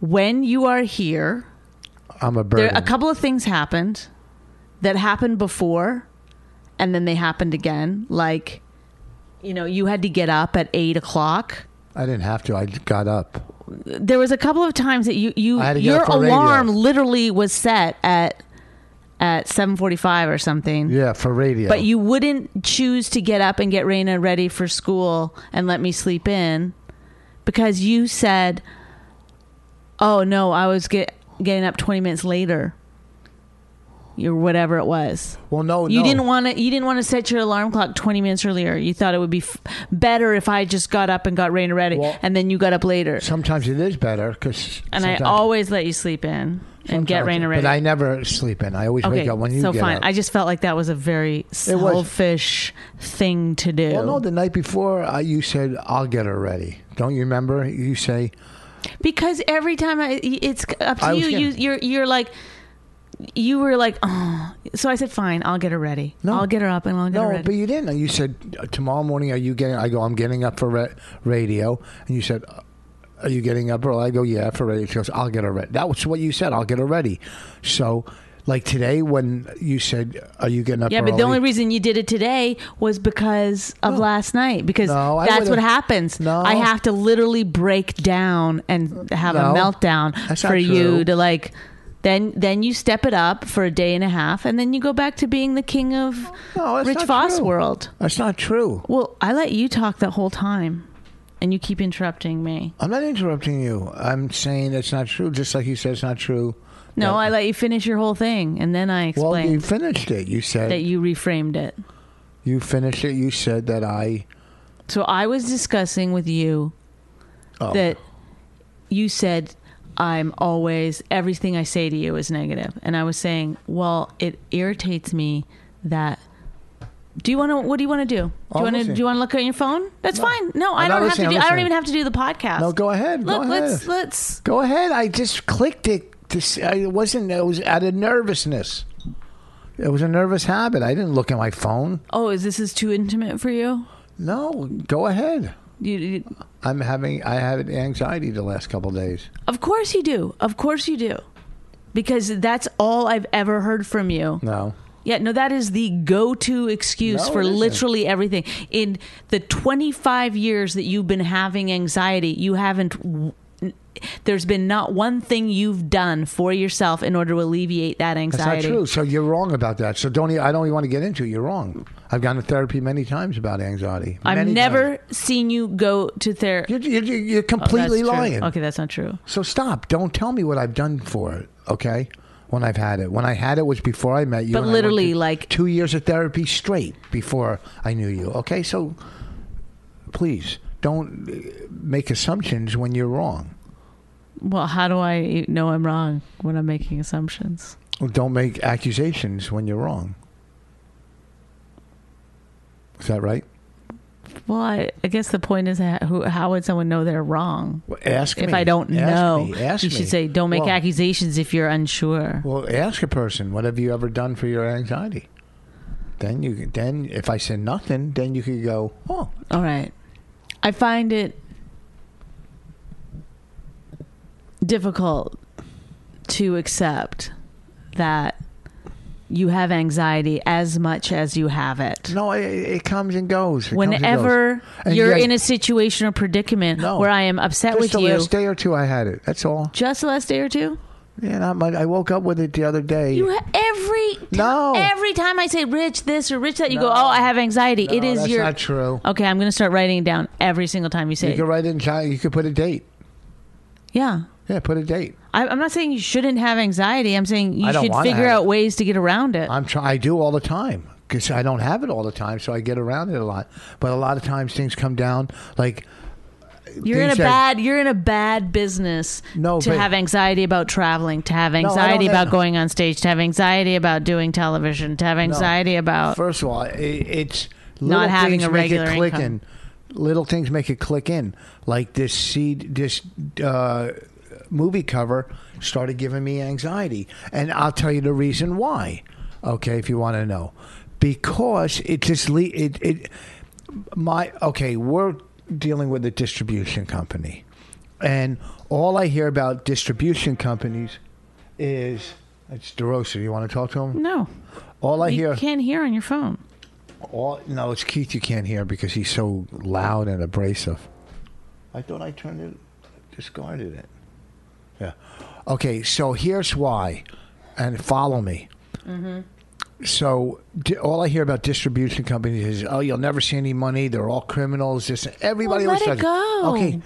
D: when you are here,
C: I'm a bird.
D: there a couple of things happened that happened before, and then they happened again. Like, you know, you had to get up at eight o'clock.
C: I didn't have to. I got up.
D: There was a couple of times that you you
C: I had to get
D: your
C: up for radio.
D: alarm literally was set at at seven forty five or something.
C: Yeah, for radio.
D: But you wouldn't choose to get up and get Raina ready for school and let me sleep in because you said, "Oh no, I was get, getting up 20 minutes later." Or whatever it was,
C: well, no,
D: you
C: no.
D: didn't want to. You didn't want to set your alarm clock 20 minutes earlier. You thought it would be f- better if I just got up and got Raina ready,
C: Well-
D: and then you got up later.
C: Sometimes it is better because.
D: And I always let you sleep in and get Raina ready.
C: But I never sleep in. I always
D: okay,
C: wake up when you
D: so
C: get
D: fine.
C: up.
D: I just felt like that was a very
C: It was.
D: selfish thing to do.
C: Well, no, the night before uh, you said I'll get her ready. Don't you remember? You say
D: Because every time I, it's up to
C: I was
D: you. You,
C: getting-
D: you're, you're like, you were like, oh. So I said, fine, I'll get her ready.
C: No.
D: I'll get her up and I'll get her
C: no,
D: ready.
C: but you didn't. You said "Uh, tomorrow morning are you getting? I go I'm getting up for ra- radio, and you said "Uh, are you getting up early? I go yeah for radio. She goes I'll get her ready. That was what you said. I'll get her ready. So like today when you said are you getting up?
D: yeah, but the
C: early?"
D: only reason you did it today was because of last night. Because
C: No, I
D: that's what
C: would've-
D: happens.
C: No.
D: I have to literally break down and have a
C: No,
D: meltdown
C: that's
D: for
C: not
D: you
C: true.
D: to like. Then, then you step it up for a day and a half, and then you go back to being the king of
C: No, that's
D: Rich
C: not
D: Voss
C: true.
D: world.
C: that's not true.
D: Well, I let you talk the whole time, and you keep interrupting me.
C: I'm not interrupting you. I'm saying it's not true. Just like you said, it's not true.
D: No,
C: Yeah.
D: I let you finish your whole thing, and then I
C: Well, you
D: explained
C: finished it. You said
D: that you reframed it.
C: you finished it. You said that I.
D: So I was discussing with you
C: Oh.
D: that you said I'm always everything I say to you is negative, and I was saying, well, it irritates me that. Do you want to? What do you want to do? Do
C: I'm
D: you want to?
C: listening.
D: Do you want to look at your phone? That's
C: Oh, No.
D: fine. No, I
C: I'm not
D: don't have to.
C: listening, I'm
D: Do, I don't
C: listening.
D: even have to do the podcast.
C: No, go ahead.
D: Look,
C: go
D: let's
C: ahead.
D: let's.
C: Go ahead. I just clicked it. To see, I- it wasn't. It was out of nervousness. It was a nervous habit. I didn't look at my phone.
D: Oh, is this is too intimate for you?
C: No, go ahead.
D: You, you
C: I'm having. I had anxiety the last couple of days.
D: Of course you do. Of course you do. Because that's all I've ever heard from you.
C: No.
D: Yeah, no, that is the go to excuse
C: No,
D: for
C: it isn't.
D: literally everything. In the 25 years that you've been having anxiety, you haven't. w- n- There's been not one thing you've done for yourself in order to alleviate that
C: That's
D: anxiety.
C: not true. So you're wrong about that. So don't. e- I don't even want to get into it. You're wrong. I've gone to therapy many times about anxiety.
D: I've
C: Many
D: never Oh,
C: times.
D: seen you go to therapy.
C: You're, you're, you're completely lying.
D: Okay, that's not true.
C: So stop. Don't tell me what I've done for it, okay? When I've had it. When I had it was before I met you.
D: But
C: and I went
D: literally,
C: to
D: like-
C: two years of therapy straight before I knew you. Okay, so please don't uh, make assumptions when you're wrong.
D: Well, how do I know I'm wrong when I'm making assumptions?
C: Well, Don't make accusations when you're wrong. Is that right?
D: Well, I, I guess the point is that who, how would someone know they're wrong?
C: Well, ask
D: If
C: me.
D: I don't
C: Ask
D: know,
C: me. Ask
D: you
C: me.
D: should say, don't make
C: Well-
D: accusations if you're unsure.
C: Well, ask a person, what have you ever done for your anxiety? Then you can- then if I said nothing, then you could go, oh,
D: All right. I find it difficult to accept that you have anxiety as much as you have it.
C: no, it, it comes and goes. It comes and goes.
D: Whenever
C: And
D: you're
C: yeah,
D: in a situation or predicament
C: No.
D: where I am upset
C: just
D: with
C: the
D: you,
C: last day or two, I had it. That's all.
D: just the last day or two,
C: Yeah, not much. I woke up with it the other day.
D: you ha- every ti-
C: No.
D: every time I say Rich this or Rich that, you go, oh, I have anxiety.
C: No,
D: it is
C: that's
D: your
C: not true.
D: okay. I'm going to start writing it down every single time you say
C: You
D: it.
C: could write in. China. You could put a date.
D: Yeah.
C: Yeah, put a date.
D: I, I'm not saying you shouldn't have anxiety. I'm saying you
C: I don't
D: should
C: wanna
D: figure
C: have
D: out
C: it. Uh,
D: ways to get around it.
C: I'm try- I do all the time because I don't have it all the time, so I get around it a lot. But a lot of times things come down like
D: you're in a
C: things that-
D: bad you're in a bad business
C: No,
D: to
C: but-
D: have anxiety about traveling, to have anxiety
C: have-
D: about going on stage, to have anxiety about doing television, to have anxiety about
C: First of all, i it's
D: Not
C: little
D: having
C: things
D: a
C: make
D: regular
C: it click
D: income.
C: in. Little things make it click in. Like this seed, this uh, movie cover started giving me anxiety, and I'll tell you the reason why. Okay, if you want to know, because it just le- it it my okay. We're dealing with a distribution company, and all I hear about distribution companies is it's DeRosa. You want to talk to him?
D: no.
C: All I
D: you
C: hear
D: can't hear on your phone.
C: all, no, it's Keith you can't hear because he's so loud and abrasive. I thought I turned it, discarded it. Yeah. Okay, so here's why, and follow me. Mm-hmm. So di- all I hear about distribution companies is, oh, you'll never see any money. They're all criminals. This everybody
D: Well,
C: always
D: let it
C: does
D: go.
C: Okay,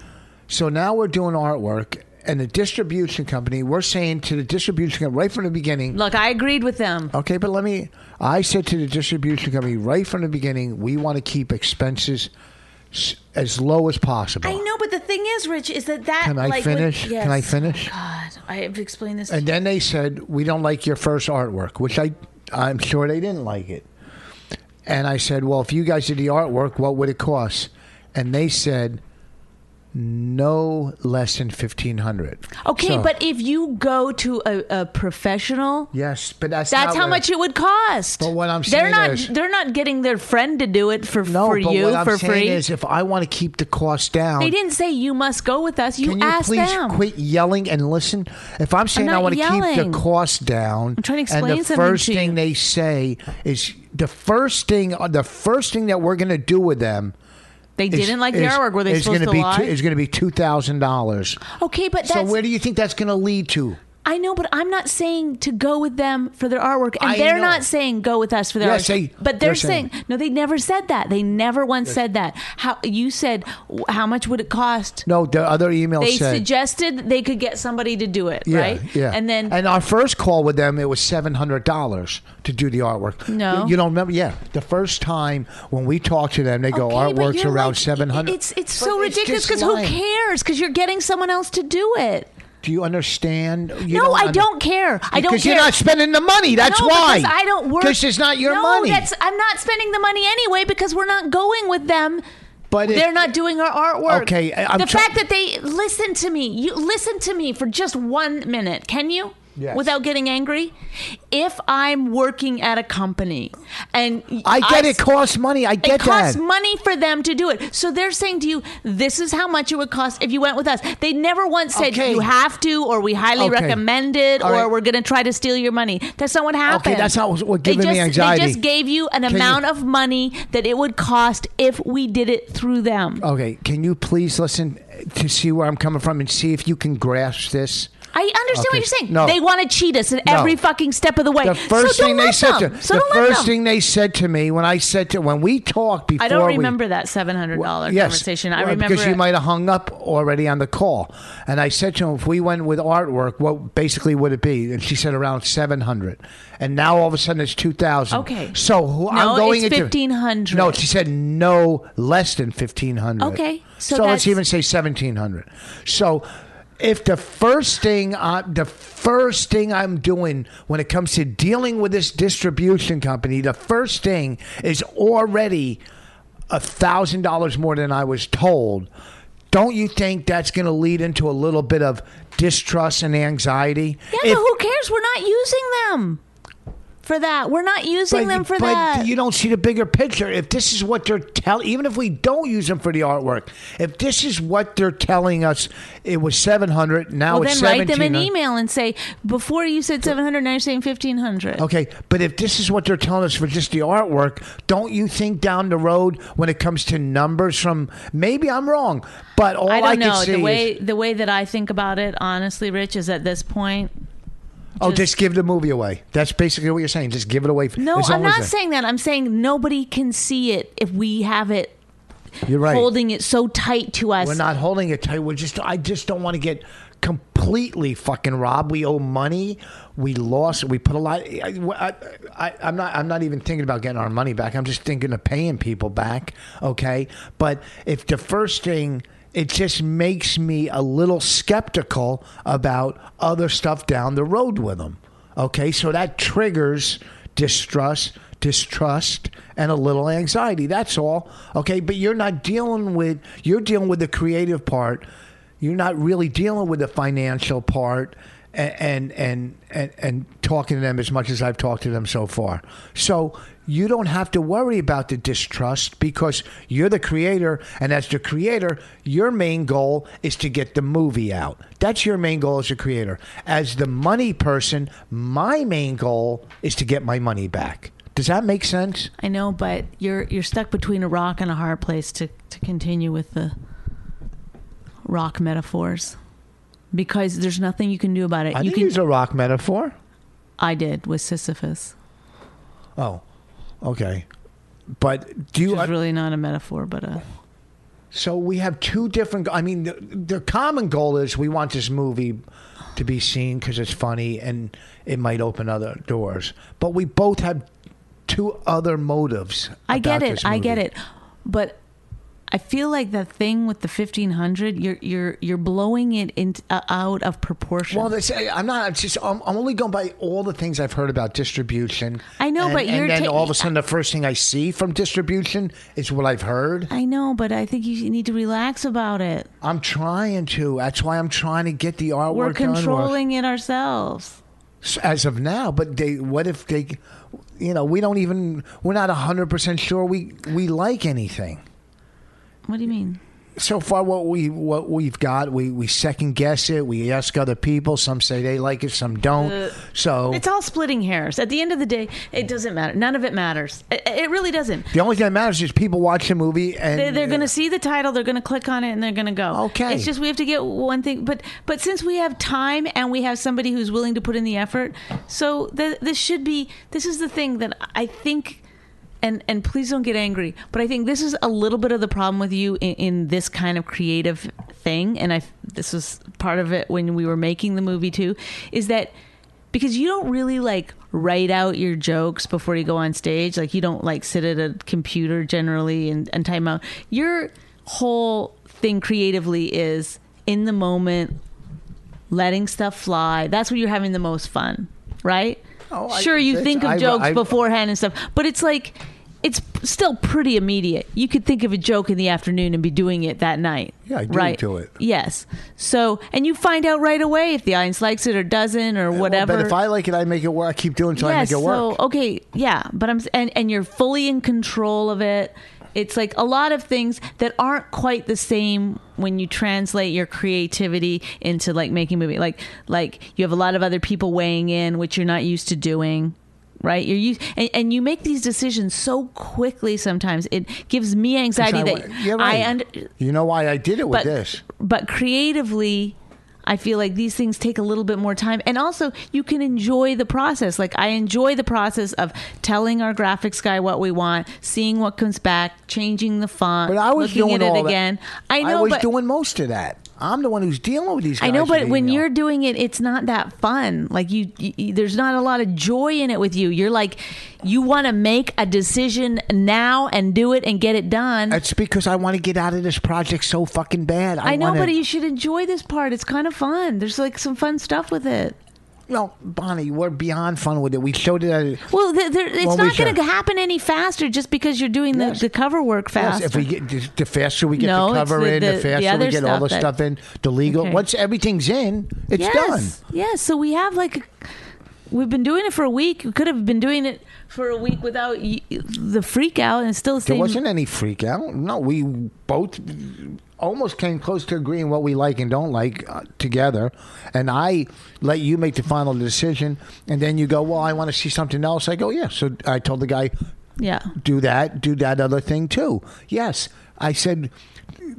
C: so now we're doing artwork, and the distribution company. We're saying to the distribution company right from the beginning,
D: Look, I agreed with them.
C: Okay, but let me. I said to the distribution company right from the beginning, we want to keep expenses s- as low as possible.
D: I know, but the thing is, Rich, is that that
C: Uh, Can I
D: like, when-
C: finish? Can I
D: yes. Oh,
C: finish?
D: God, I have explained this.
C: And then they said, "We don't like your first artwork," which I, I'm sure they didn't like it. And I said, "Well, if you guys did the artwork, what would it cost?" And they said, "No less than fifteen hundred.
D: okay,
C: So-
D: but if you go to a, a professional,
C: yes, but that's
D: That's
C: not
D: how
C: what-
D: much it would cost.
C: But what I'm
D: they're
C: saying
D: not
C: is-
D: they're not getting their friend to do it for
C: No,
D: for
C: but
D: you
C: what I'm
D: for
C: saying
D: free.
C: is, if I want to keep the cost down,
D: they didn't say you must go with us. You
C: Can you
D: asked
C: please
D: them.
C: quit yelling and listen? If I'm saying I
D: not
C: want to keep
D: yelling.
C: the cost down,
D: I'm trying to
C: and
D: explain
C: the
D: something
C: first
D: to you.
C: thing they say is the first thing, uh, the first thing that we're going to do with them.
D: They
C: is-
D: didn't like the
C: is-
D: artwork. Were they
C: is
D: supposed
C: gonna
D: to
C: be
D: lie?
C: two- is going to be two thousand dollars.
D: okay, but
C: So
D: that's
C: where do you think that's going to lead to?
D: I know, but I'm not saying to go with them for their artwork, and
C: I
D: they're
C: know.
D: not saying go with us for their
C: Yes,
D: artwork.
C: they-
D: but they're,
C: they're
D: saying,
C: saying-
D: no. They never said that. They never once said that. How you said w- how much would it cost?
C: No, the other email
D: They
C: said.
D: suggested they could get somebody to do it,
C: yeah,
D: right?
C: yeah.
D: And then
C: and our first call with them, it was seven hundred dollars to do the artwork.
D: No.
C: you, don't remember? Yeah, the first time when we talked to them, they go,
D: Okay, but
C: "Artwork's
D: you're
C: around
D: like-
C: seven hundred.
D: It's it's so ridiculous because who cares? Because you're getting someone else to do it.
C: Do you understand? You
D: no,
C: don't
D: I
C: under-
D: don't care. I don't
C: Because
D: care.
C: you're not spending the money. That's
D: no,
C: why.
D: because I don't work.
C: This is not your
D: no,
C: money.
D: That's, I'm not spending the money anyway because we're not going with them.
C: But if-
D: they're not doing our artwork.
C: Okay, I- I'm
D: the
C: try-
D: fact that they listen to me, you listen to me for just one minute. Can you?
C: Yes.
D: Without getting angry, if I'm working at a company and
C: I get it
D: s-
C: costs money. I get
D: it costs
C: that.
D: money for them to do it. So they're saying to you, this is how much it would cost if you went with us. They never once said
C: Okay.
D: you have to, or we highly
C: Okay.
D: recommend it,
C: All
D: or
C: right.
D: we're going to try to steal your money. That's not what happened.
C: that's not what- what
D: They
C: giving me
D: just-
C: anxiety.
D: They just gave you an
C: you-
D: amount of money that it would cost if we did it through them.
C: Oh, okay, can you please listen to see where I'm coming from and see if you can grasp this?
F: I understand
C: Okay.
F: what you're saying.
C: No.
F: They want to cheat us at
C: No.
F: every fucking step of the way.
C: The first
F: so don't
C: thing
F: let
C: they said
F: them.
C: to
F: so
C: the
F: don't let
C: first
F: them.
C: thing they said to me when I said to when we talked before
D: I don't
C: we-
D: remember that seven hundred dollar
C: Yes,
D: conversation. I
C: well,
D: remember
C: because you
D: it-
C: might have hung up already on the call, and I said to him, "If we went with artwork, what basically would it be?" And she said around seven hundred, and now all of a sudden it's two thousand.
D: Okay.
C: so who,
D: No,
C: I'm going
D: it's
C: into
D: 1,500.
C: No, she said no less than fifteen hundred.
F: Okay, so
C: let's
F: that's-
C: even say seventeen hundred. So. If the first thing I, the first thing I'm doing when it comes to dealing with this distribution company, the first thing is already a thousand dollars more than I was told. Don't you think that's going to lead into a little bit of distrust and anxiety?
F: Yeah, but who cares? We're not using them for that. We're not using
C: but,
F: them for
C: but
F: that.
C: you don't see the bigger picture. If this is what they're telling, even if we don't use them for the artwork, if this is what they're telling us, it was seven hundred. Now
D: well,
C: it's
D: then write them an
C: 1700.
D: email and say before you said seven hundred, now you're saying fifteen hundred.
C: Okay, but if this is what they're telling us for just the artwork, don't you think down the road when it comes to numbers from maybe I'm wrong, but all I,
D: I don't
C: can
D: know
C: see
D: the way
C: is
D: the way that I think about it. Honestly, Rich is at this point.
C: oh, just give the movie away. That's basically what you're saying. Just give it away.
D: No,
C: It's
D: I'm
C: always
D: not
C: there.
D: saying that. I'm saying nobody can see it if we have it
C: You're right.
D: holding it so tight to us.
C: We're not holding it tight. We're just. I just don't want to get completely fucking robbed. We owe money. We lost. We put a lot. I, I, I, I'm not. I'm not even thinking about getting our money back. I'm just thinking of paying people back. Okay, but if the first thing. It just makes me a little skeptical about other stuff down the road with them. Okay, so that triggers distrust, distrust, and a little anxiety. That's all. Okay, but you're not dealing with you're dealing with the creative part. You're not really dealing with the financial part and and and and, and talking to them as much as I've talked to them so far. So you don't have to worry about the distrust because you're the creator and as the creator your main goal is to get the movie out that's your main goal as a creator as the money person my main goal is to get my money back does that make sense
D: I know, but you're you're stuck between a rock and a hard place to to continue with the rock metaphors because there's nothing you can do about it.
C: i
D: you
C: think
D: can.
C: use a rock metaphor
D: I did with Sisyphus,
C: oh okay but do you
D: which is really not a metaphor, but a.
C: So we have two different. I mean, the, the common goal is we want this movie to be seen because it's funny and it might open other doors. But we both have two other motives.
D: I get
C: about
D: it.
C: this
D: I get
C: movie.
D: it. But I feel like the thing with the 1500, you're you're you're blowing it in, uh, out of proportion.
C: Well, they say, I'm not. I'm just. I'm, I'm only going by all the things I've heard about distribution.
D: I know,
C: and,
D: but you're
C: and then
D: ta-
C: all of a sudden, the first thing I see from distribution is what I've heard.
D: I know, but I think you need to relax about it.
C: I'm trying to. That's why I'm trying to get the artwork.
D: We're
C: done.
D: controlling it ourselves.
C: as of now. But they, what if they, you know, we don't even, we're not hundred percent sure we we like anything
D: What do you mean?
C: so far what we what we've got. We we second guess it. We ask other people. Some say they like it. Some don't. so
D: Uh, It's all splitting hairs. At the end of the day, it doesn't matter. None of it matters. It, it really doesn't.
C: the only thing that matters is people watch the movie and
D: They- They're going to see the title, they're going to click on it, and they're going to go.
C: Okay.
D: It's just we have to get one thing, but but since we have time and we have somebody who's willing to put in the effort, so th- this should be. This is the thing that I think, and and please don't get angry, but I think this is a little bit of the problem with you in, in this kind of creative thing, and I this was part of it when we were making the movie too, is that because you don't really like write out your jokes before you go on stage like you don't like sit at a computer generally and, and time out your whole thing creatively is in the moment letting stuff fly that's where you're having the most fun right
C: Oh, I-
D: sure you
C: that's-
D: think of
C: I-
D: jokes
C: I-
D: beforehand and stuff but it's like it's still pretty immediate you could think of a joke in the afternoon and be doing it that night
C: Yeah, I do
D: right
C: do it.
D: yes so and you find out right away if the audience likes it or doesn't or whatever
C: But if I like it, I make it work. I keep doing it until I make
D: yes,
C: it work.
D: So oh, okay, yeah, but I'm s- and and you're fully in control of it. It's like a lot of things that aren't quite the same when you translate your creativity into like making movie. Like like you have a lot of other people weighing in, which you're not used to doing. Right, you're used, and, and you make these decisions so quickly. Sometimes it gives me anxiety
C: I,
D: that
C: you're right.
D: I under,
C: you know why I did it with
D: but
C: this.
D: but creatively I feel like these things take a little bit more time. And also, you can enjoy the process. Like, I enjoy the process of telling our graphics guy what we want, seeing what comes back, changing the font,
C: But I was
D: looking
C: doing
D: at
C: all
D: it
C: that.
D: again. I know,
C: was
D: but
C: doing most of that. I'm the one who's dealing with these. Guys
D: I know, but
C: via
D: when
C: email.
D: you're doing it, it's not that fun. Like you, you- you- there's not a lot of joy in it with you. You're like, you want to make a decision now and do it and get it done.
C: it's because I want to get out of this project so fucking bad. I,
D: I know,
C: wanna,
D: but you should enjoy this part. It's kind of fun. There's like some fun stuff with it.
C: no, Bonnie, we're beyond fun with it. We showed it. At,
D: Well, th- there, it's
C: Well, we
D: not going to
C: should.
D: happen any faster just because you're doing
C: Yes.
D: the, the cover work
C: Yes,
D: fast.
C: if we get the- the faster we get
D: No,
C: the
D: it's
C: cover
D: the-
C: in,
D: the-
C: the,
D: the
C: faster
D: other
C: we get all the
D: stuff that-
C: stuff in, the legal.
D: Okay.
C: Once everything's in, it's done.
D: yes. Yes. So we have like, we've been doing it for a week. We could have been doing it for a week without y- the freak out and it's still the
C: There
D: same.
C: wasn't any freak out. No, we both almost came close to agreeing what we like and don't like uh, together. And I let you make the final decision. And then you go, well, I want to see something else. I go, yeah. So I told the guy,
D: yeah.
C: do that, do that other thing too. Yes. I said,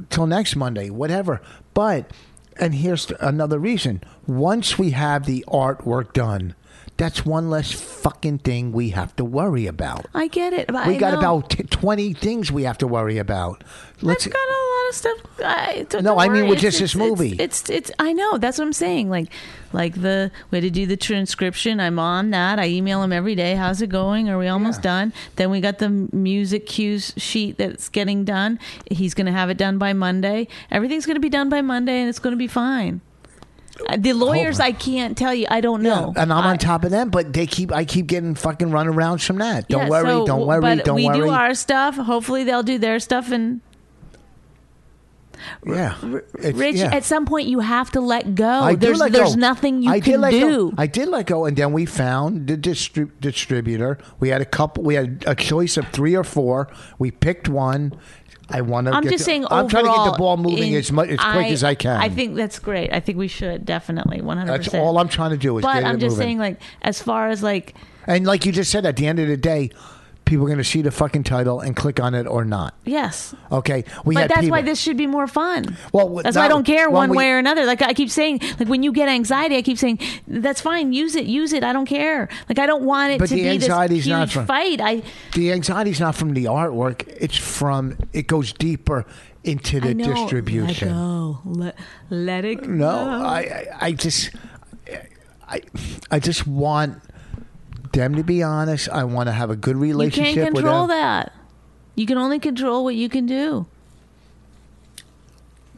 C: till next Monday, whatever. But, and here's another reason once we have the artwork done, that's one less fucking thing we have to worry about.
D: I get it. But
C: We
D: I
C: got
D: know.
C: about t- 2020 things we have to worry about. Let's
D: I've got a lot of stuff. I, don't,
C: No,
D: don't
C: I mean
D: worry.
C: with
D: It's-
C: just this
D: it's-
C: movie.
D: It's, it's I know that's what I'm saying. Like like the way to do the transcription. I'm on that. I email him every day. How's it going? Are we almost done? Then we got the music cues sheet that's getting done. He's going to have it done by Monday. Everything's going to be done by Monday, and it's going to be fine. Uh, The lawyers, I can't tell you. I don't know.
C: and I'm
D: I-
C: on top of them, but they keep I keep getting fucking runarounds from that. Don't
D: Yeah,
C: worry,
D: so-
C: don't worry,
D: but
C: don't
D: we
C: worry.
D: do our stuff. Hopefully, they'll do their stuff, and
C: yeah, It's-
D: Rich,
C: yeah.
D: at some point you have to let go.
C: I did
D: there's
C: let
D: there's
C: go.
D: nothing you
C: I did
D: can
C: let
D: do.
C: Go. I did let go, and then we found the distri- distributor. We had a couple. We had a choice of three or four. We picked one. I want to.
D: am
C: get
D: just
C: the-
D: saying.
C: I'm trying to get the
D: overall,
C: ball moving
D: in-
C: as much as quick as I can.
D: I think that's great. I think we should definitely 100.
C: that's all I'm trying to do is
D: But
C: get
D: I'm
C: it
D: just
C: moving.
D: saying, like, as far as like,
C: And like you just said, at the end of the day, people are going to see the fucking title and click on it or not.
D: yes.
C: Okay, we
D: But
C: had
D: that's
C: people-
D: why this should be more fun.
C: Well, w-
D: that's why I
C: that-
D: don't care
C: when
D: one
C: we-
D: way or another. Like I keep saying, like when you get anxiety, I keep saying that's fine. Use it, use it. I don't care. Like I don't want it
C: But
D: to
C: the
D: be this
C: anxiety's not
D: huge
C: fun.
D: fight. I
C: the anxiety's not from the artwork; it's from it goes deeper into the
D: I know.
C: distribution.
D: Let go. Let, let it go.
C: No, I, I, I just, I, I just want them to be honest. I want to have a good
D: You
C: relationship
D: can't control
C: with them.
D: that. You can only control what you can do.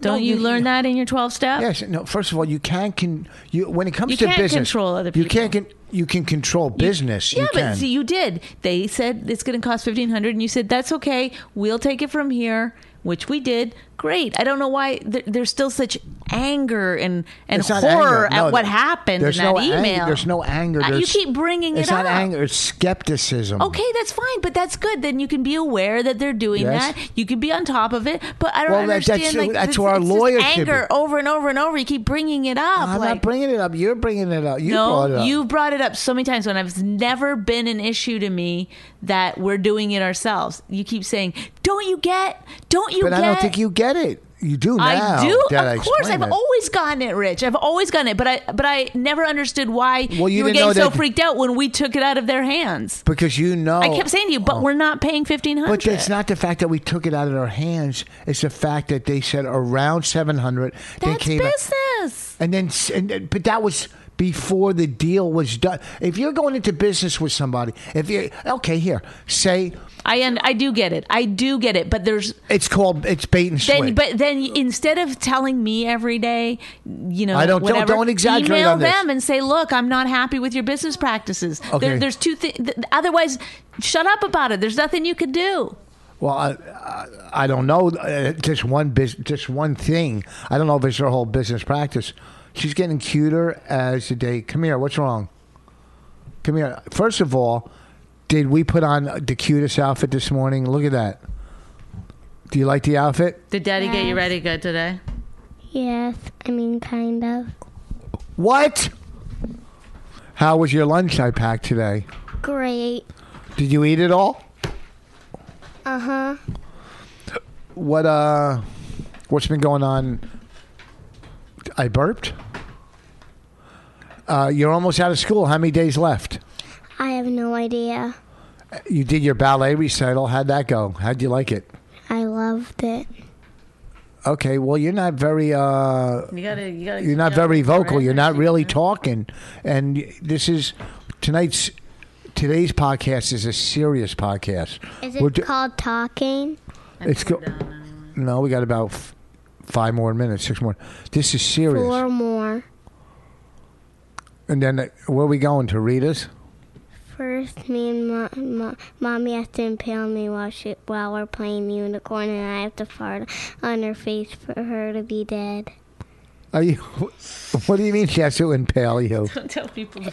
D: Don't you
C: you-
D: learn that in your 12 step?
C: Yes. No. First of all, you can can you when it comes
D: You
C: to
D: can't
C: business.
D: control other
C: You can't can you can control business.
D: Yeah,
C: you
D: but
C: can.
D: see, you did. They said it's going to cost 1500 and you said, that's okay. We'll take it from here, which we did. Great. I don't know why there, there's still such anger and, and
C: It's not
D: horror
C: anger. No,
D: at what
C: there-
D: happened in
C: there's
D: that
C: no
D: email.
C: Anger. There's no anger.
D: Uh, you
C: There's-
D: keep bringing
C: it's
D: it up.
C: not anger. It's skepticism.
D: Okay, that's fine, but that's good. Then you can be aware that they're doing
C: Yes.
D: that. You can be on top of it. But I don't
C: Well, that- that's-
D: understand. like,
C: that's
D: this-
C: where our
D: it's just
C: lawyers should
D: anger
C: be.
D: over and over and over. You keep bringing it up.
C: I'm
D: like,
C: not bringing it up. You're bringing it up. You brought it
D: no,
C: up.
D: you've brought it up so many times when it's never been an issue to me that we're doing it ourselves. You keep saying, "Don't you get? Don't you
C: but
D: get?"
C: I don't think you get it. You do now.
D: I do.
C: that I
D: of course, I've
C: explained it.
D: always gotten it, Rich. I've always gotten it, but I but I never understood why
C: Well, you
D: were
C: didn't
D: getting
C: know
D: so
C: that-
D: freaked out when we took it out of their hands.
C: because you know.
D: I kept saying to you, but
C: Oh.
D: we're not paying fifteen hundred.
C: But it's not the fact that we took it out of their hands. It's the fact that they said around seven hundred. They
D: That's
C: came out-
D: business.
C: and then s- and, and- but that was before the deal was done. If you're going into business with somebody, if you okay here, say
D: I and I do get it. I do get it. But there's
C: it's called it's bait and switch.
D: then, but then instead of telling me every day, you know,
C: I don't- don't-
D: whatever,
C: don't exaggerate
D: Email
C: on this.
D: them and say, look, I'm not happy with your business practices. There-
C: Okay.
D: there's two things. Th- otherwise, shut up about it. There's nothing you could do.
C: Well, I, I, I don't know. Uh, just one business, just one thing. I don't know if it's her whole business practice. She's getting cuter as the day. Come here. What's wrong? Come here. First of all, did we put on the cutest outfit this morning? Look at that. Do you like the outfit?
D: Did Daddy get you ready good today?
G: Yes, I mean, kind of.
C: What? How was your lunch I packed today?
G: Great.
C: Did you eat it all? Uh huh.
G: Uh-huh.
C: What uh, what's been going on? I burped. Uh, you're almost out of school. How many days left?
G: I have no idea.
C: You did your ballet recital. How'd that go? How'd you like it?
G: I loved it.
C: Okay, well, you're not very. Uh,
D: You gotta, you gotta.
C: you're not very vocal. You're not really talking, and y- this is tonight's today's podcast is a serious podcast.
G: Is
C: We're
G: it
C: do-
G: called talking?
C: It's go- no, we got about f- five more minutes, six more. This is serious.
G: Four more.
C: And then uh, where are we going to Rita's?
G: First, me and mo- mo- mommy has to impale me while she while we're playing unicorn, and I have to fart on her face for her to be dead.
C: Are you? What do you mean she has to impale you?
D: Don't tell people to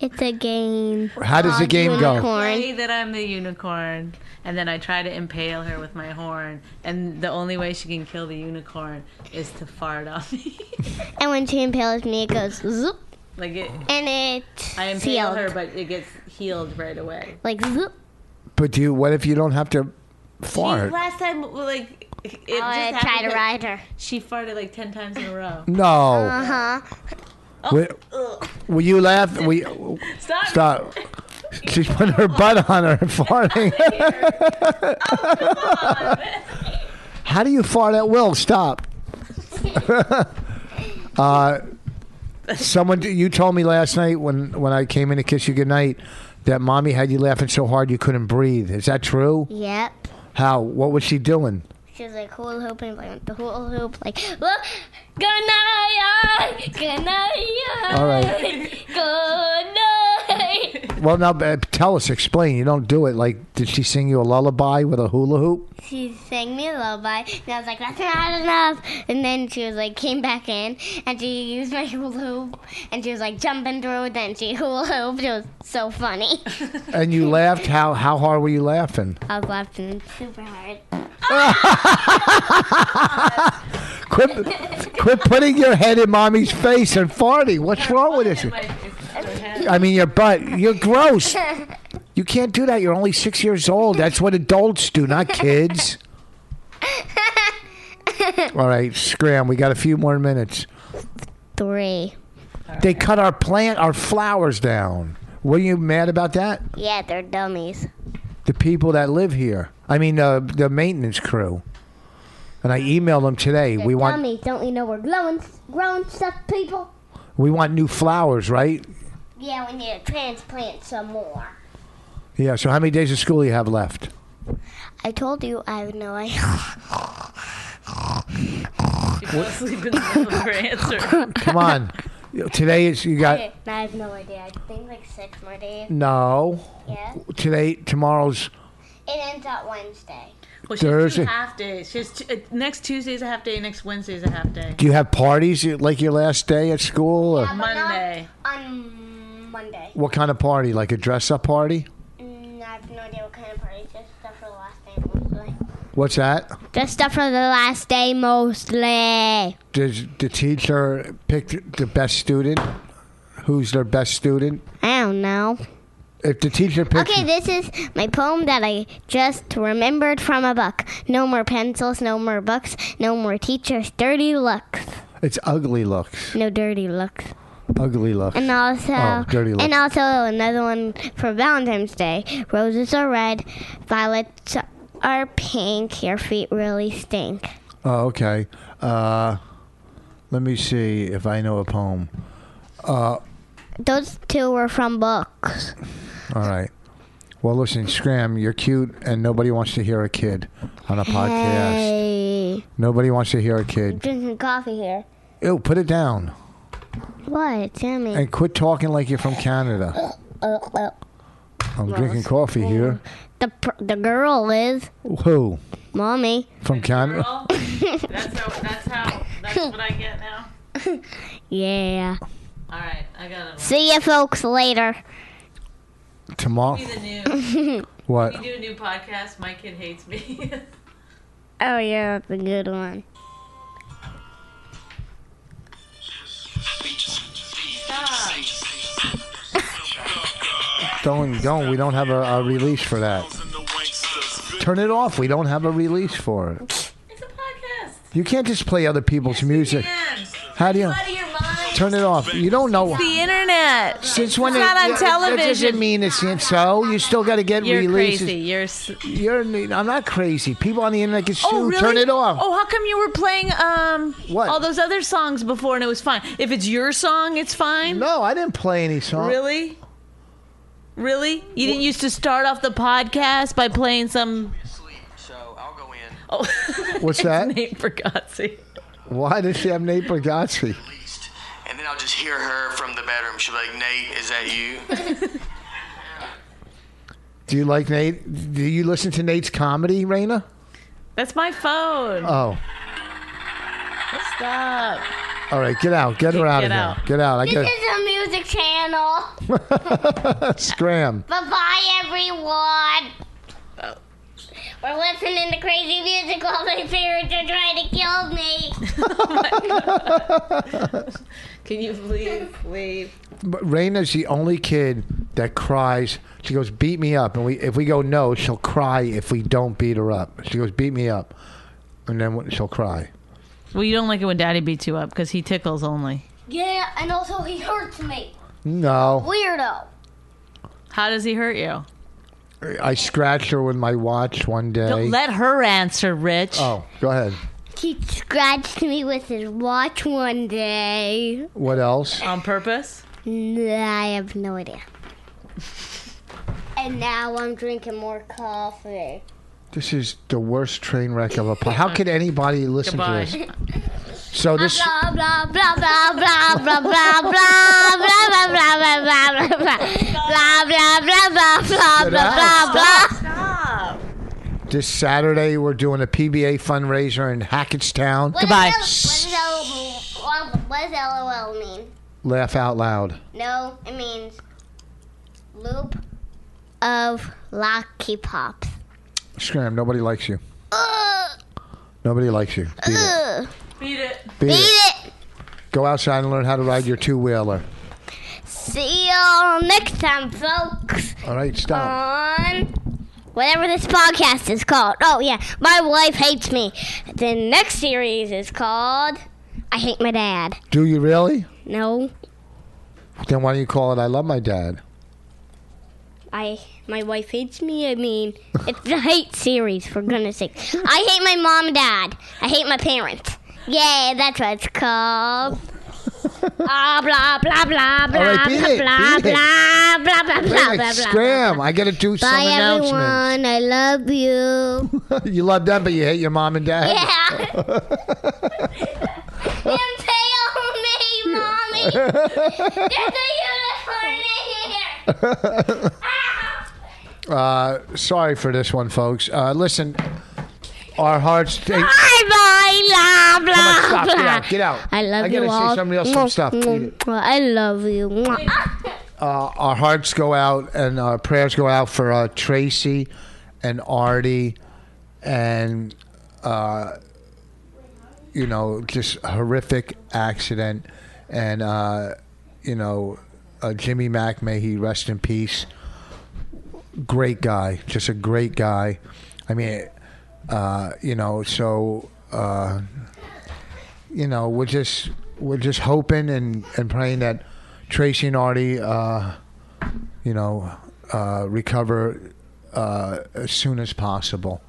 G: It's a game.
C: How does the
G: called
C: game go?
G: Unicorn.
D: say that I'm the unicorn, and then I try to impale her with my horn, and the only way she can kill the unicorn is to fart on me.
G: And when she impales me, it goes zoop,
D: like it,
G: and it's
D: I impale
G: sealed.
D: her, but it gets healed right away.
G: Like zoop.
C: But do you, what if you don't have to fart?
D: Last time, like it just
G: Oh, I
D: happened
G: try to
D: that
G: ride her.
D: She farted like ten times in a row.
C: No.
G: Uh huh.
C: Will, will you laugh? Will you-
D: Stop.
C: stop. She's putting her butt on her and farting. How do you fart at will? Stop. uh, someone you told me last night when when I came in to kiss you goodnight that mommy had you laughing so hard you couldn't breathe. Is that true?
G: Yep.
C: How? What was she doing?
G: She was like hula hooping, like the hula hoop, like well, good night, uh, good night, uh,
C: All right.
G: good night.
C: Well, now uh, tell us. Explain. You don't do it. Like, did she sing you a lullaby with a hula hoop?
G: She sang me a lullaby, and I was like, that's not enough. And then she was like, came back in, and she used my hula hoop, and she was like jumping through, then she hula hooped. It was so funny.
C: And you laughed. How how hard were you laughing?
G: I was laughing super hard.
C: Quit, quit putting your head in mommy's face and farting. What's wrong with this? I mean, your butt. You're gross. You can't do that. You're only six years old. That's what adults do, not kids. All right, scram. We got a few more minutes.
G: Three.
C: They cut our plant, our flowers down. Were you mad about that?
G: Yeah, they're dummies.
C: the people that live here. I mean, uh, the maintenance crew. And I emailed them today. We want
G: dummies. Don't you know we're growing, growing stuff, people?
C: we want new flowers, right?
G: Yeah, we need to transplant some more.
C: Yeah. So how many days of school do you have left?
G: I told you I have no idea.
C: Come on. today is you got
G: I have no idea. I think like six more days.
C: no.
G: Yeah.
C: Today, tomorrow's
G: It ends at Wednesday.
D: Well, she has
C: Thursday.
D: two half days. She has two, uh, next Tuesday's a half day. Next Wednesday's a half day.
C: do you have parties like your last day at school? Or
G: Yeah, Uh, but not
D: Monday.
G: On Monday.
C: what kind of party? Like a dress up party?
G: Mm, I have no idea what kind of party. Just stuff for the last day mostly.
C: What's that?
G: Just stuff for the last day mostly.
C: Does the teacher pick the best student? Who's their best student?
G: I don't know.
C: If the teacher picks
G: Okay, this is my poem that I just remembered from a book. No more pencils, no more books, no more teachers, dirty looks.
C: It's ugly looks.
G: No dirty looks.
C: Ugly looks.
G: And also,
C: Oh, dirty looks.
G: and also another one for Valentine's Day. Roses are red, violets are pink. Your feet really stink.
C: oh, okay. Uh, let me see if I know a poem.
G: Those two were from books.
C: All right. Well, listen, Scram, you're cute, and nobody wants to hear a kid on a podcast.
G: Hey,
C: Nobody wants to hear a kid.
G: drinking coffee here.
C: Ew, put it down
G: What, Jimmy?
C: and quit talking like you're from Canada.
G: Uh, uh,
C: I'm drinking coffee here.
G: the pr- the girl is
C: Who?
G: mommy.
C: From Canada?
D: that's how. That's how. That's what I get now.
G: Yeah.
D: All right, I got it.
G: See you folks later.
C: Tomorrow?
D: The new.
C: What?
D: We do a new podcast. My kid hates me.
G: Oh yeah, that's a good one.
C: Don't, don't. We don't have a, a release for that. Turn it off. We don't have a release for it.
D: it's a podcast.
C: You can't just play other people's music.
D: Man,
C: How do you?
D: out of your mind.
C: Turn it off. You don't know.
D: The internet.
C: Since when
D: It's not on
C: yeah, That doesn't
D: television.
C: mean it's in. So you still got to get
D: You're
C: releases.
D: crazy. You're. s-
C: You're. I'm not crazy. People on the internet get sued.
D: Oh, really?
C: Turn it off.
D: Oh, how come you were playing um
C: What?
D: all those other songs before and it was fine? If it's your song, it's fine.
C: No, I didn't play any song.
D: Really? Really? You didn't used to start off the podcast by playing some
E: Sleep, so I'll go in.
D: oh,
C: What's that?
D: name for God's sake.
C: Why does she have Nate Bargatze?
E: least. And then I'll just hear her from the bedroom. She'll be like, Nate, is that you?
C: Do you like Nate? Do you listen to Nate's comedy, Raina?
D: That's my phone.
C: Oh, Uh.
D: Stop.
C: all right. Get out. Get her out
D: Get
C: of here.
D: out.
C: Get out. I
G: This
C: get
G: is a music channel.
C: scram.
G: Bye bye, everyone. We're listening to crazy music while my parents are trying to kill me.
D: Can you please leave?
C: But Raina's the only kid that cries. She goes, "Beat me up," and we if we go no, she'll cry if we don't beat her up. She goes, "Beat me up," and then when- she'll cry.
D: Well, you don't like it when Daddy beats you up because he tickles only.
G: Yeah, and also he hurts me.
C: No,
G: Weirdo.
D: How does he hurt you?
C: I scratched her with my watch one day.
D: Don't let her answer, Rich.
C: oh, go ahead.
G: He scratched me with his watch one day.
C: What else?
D: On purpose?
G: I have no idea. and now I'm drinking more coffee.
C: This is the worst train wreck of a. Po- How could anybody listen
D: Goodbye.
C: to this? So this.
G: Blah blah blah blah blah blah blah blah blah blah blah blah blah blah blah blah blah blah blah blah blah blah blah.
C: This Saturday, we're doing a PBA fundraiser in Hackettstown.
D: Goodbye.
G: What does LOL, what does LOL mean?
C: Laugh out loud.
G: No, it means loop of Locky Pops.
C: Scram! Nobody likes you. Nobody likes you. Beat it.
G: Ugh.
D: Beat it.
C: Beat
G: Beat
C: it.
G: it.
C: Go outside and learn how to ride your two wheeler.
G: See y'all next time, folks.
C: All right, stop.
G: On whatever this podcast is called. Oh yeah, my wife hates me. The next series is called I Hate My Dad.
C: Do you really?
G: No,
C: Then why don't you call it "I Love My Dad"?
G: I my wife hates me. I mean, it's the hate series for goodness sake. I hate my mom and dad. I hate my parents. Yay, that's what it's called. Ah, blah blah blah blah
C: right, beat it,
G: blah blah
C: beat it.
G: blah blah blah blah
C: Wait,
G: blah blah.
C: scram! I got to do some
G: Bye
C: announcements.
G: everyone. I love you.
C: you love them, but you hate your mom and dad.
G: Yeah. Impale "Oh, me, mommy. There's a unicorn in here. Ah.
C: Uh, sorry for this one, folks. Uh, listen, our hearts. Hey,
G: Bye bye, la blah
C: come on, stop. Get
G: blah.
C: out. Get out.
G: I love
C: I
G: you
C: gotta
G: all.
C: say somebody else some
G: Mwah,
C: stuff.
G: mwah,
C: Eat it.
G: mwah. I love you. Mwah.
C: Uh, our hearts go out and our prayers go out for uh, Tracy and Artie and, uh, you know, just horrific accident. And, uh, you know, uh, Jimmy Mack, may he rest in peace. Great guy. Just a great guy. I mean, uh, you know, so. Uh, you know, we're just we're just hoping and, and praying that Tracy and Artie, uh, you know, uh, recover uh, as soon as possible.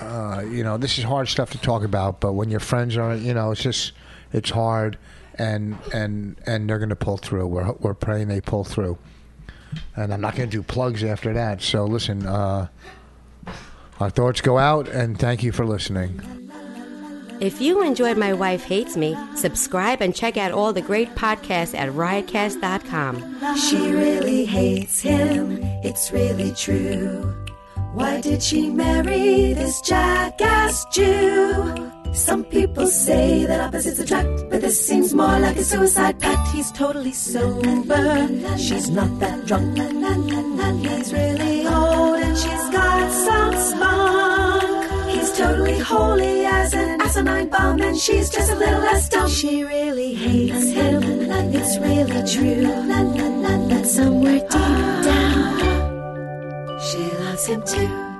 C: Uh, you know, this is hard stuff to talk about, but when your friends are, you know, it's just it's hard, and and and they're gonna pull through. We're we're praying they pull through, and I'm not gonna do plugs after that. So listen, uh, our thoughts go out, and thank you for listening.
H: If you enjoyed My Wife Hates Me, subscribe and check out all the great podcasts at riotcast.com.
B: She really hates him, it's really true. Why did she marry this jackass Jew? Some people say that opposites attract, but this seems more like a suicide pact. He's totally sober, she's not that drunk. He's really old and she's got some spunk. He's totally holy as an asinine bomb, and she's just a little less dumb. She really hates him, it's really true. But somewhere deep down, she loves him too.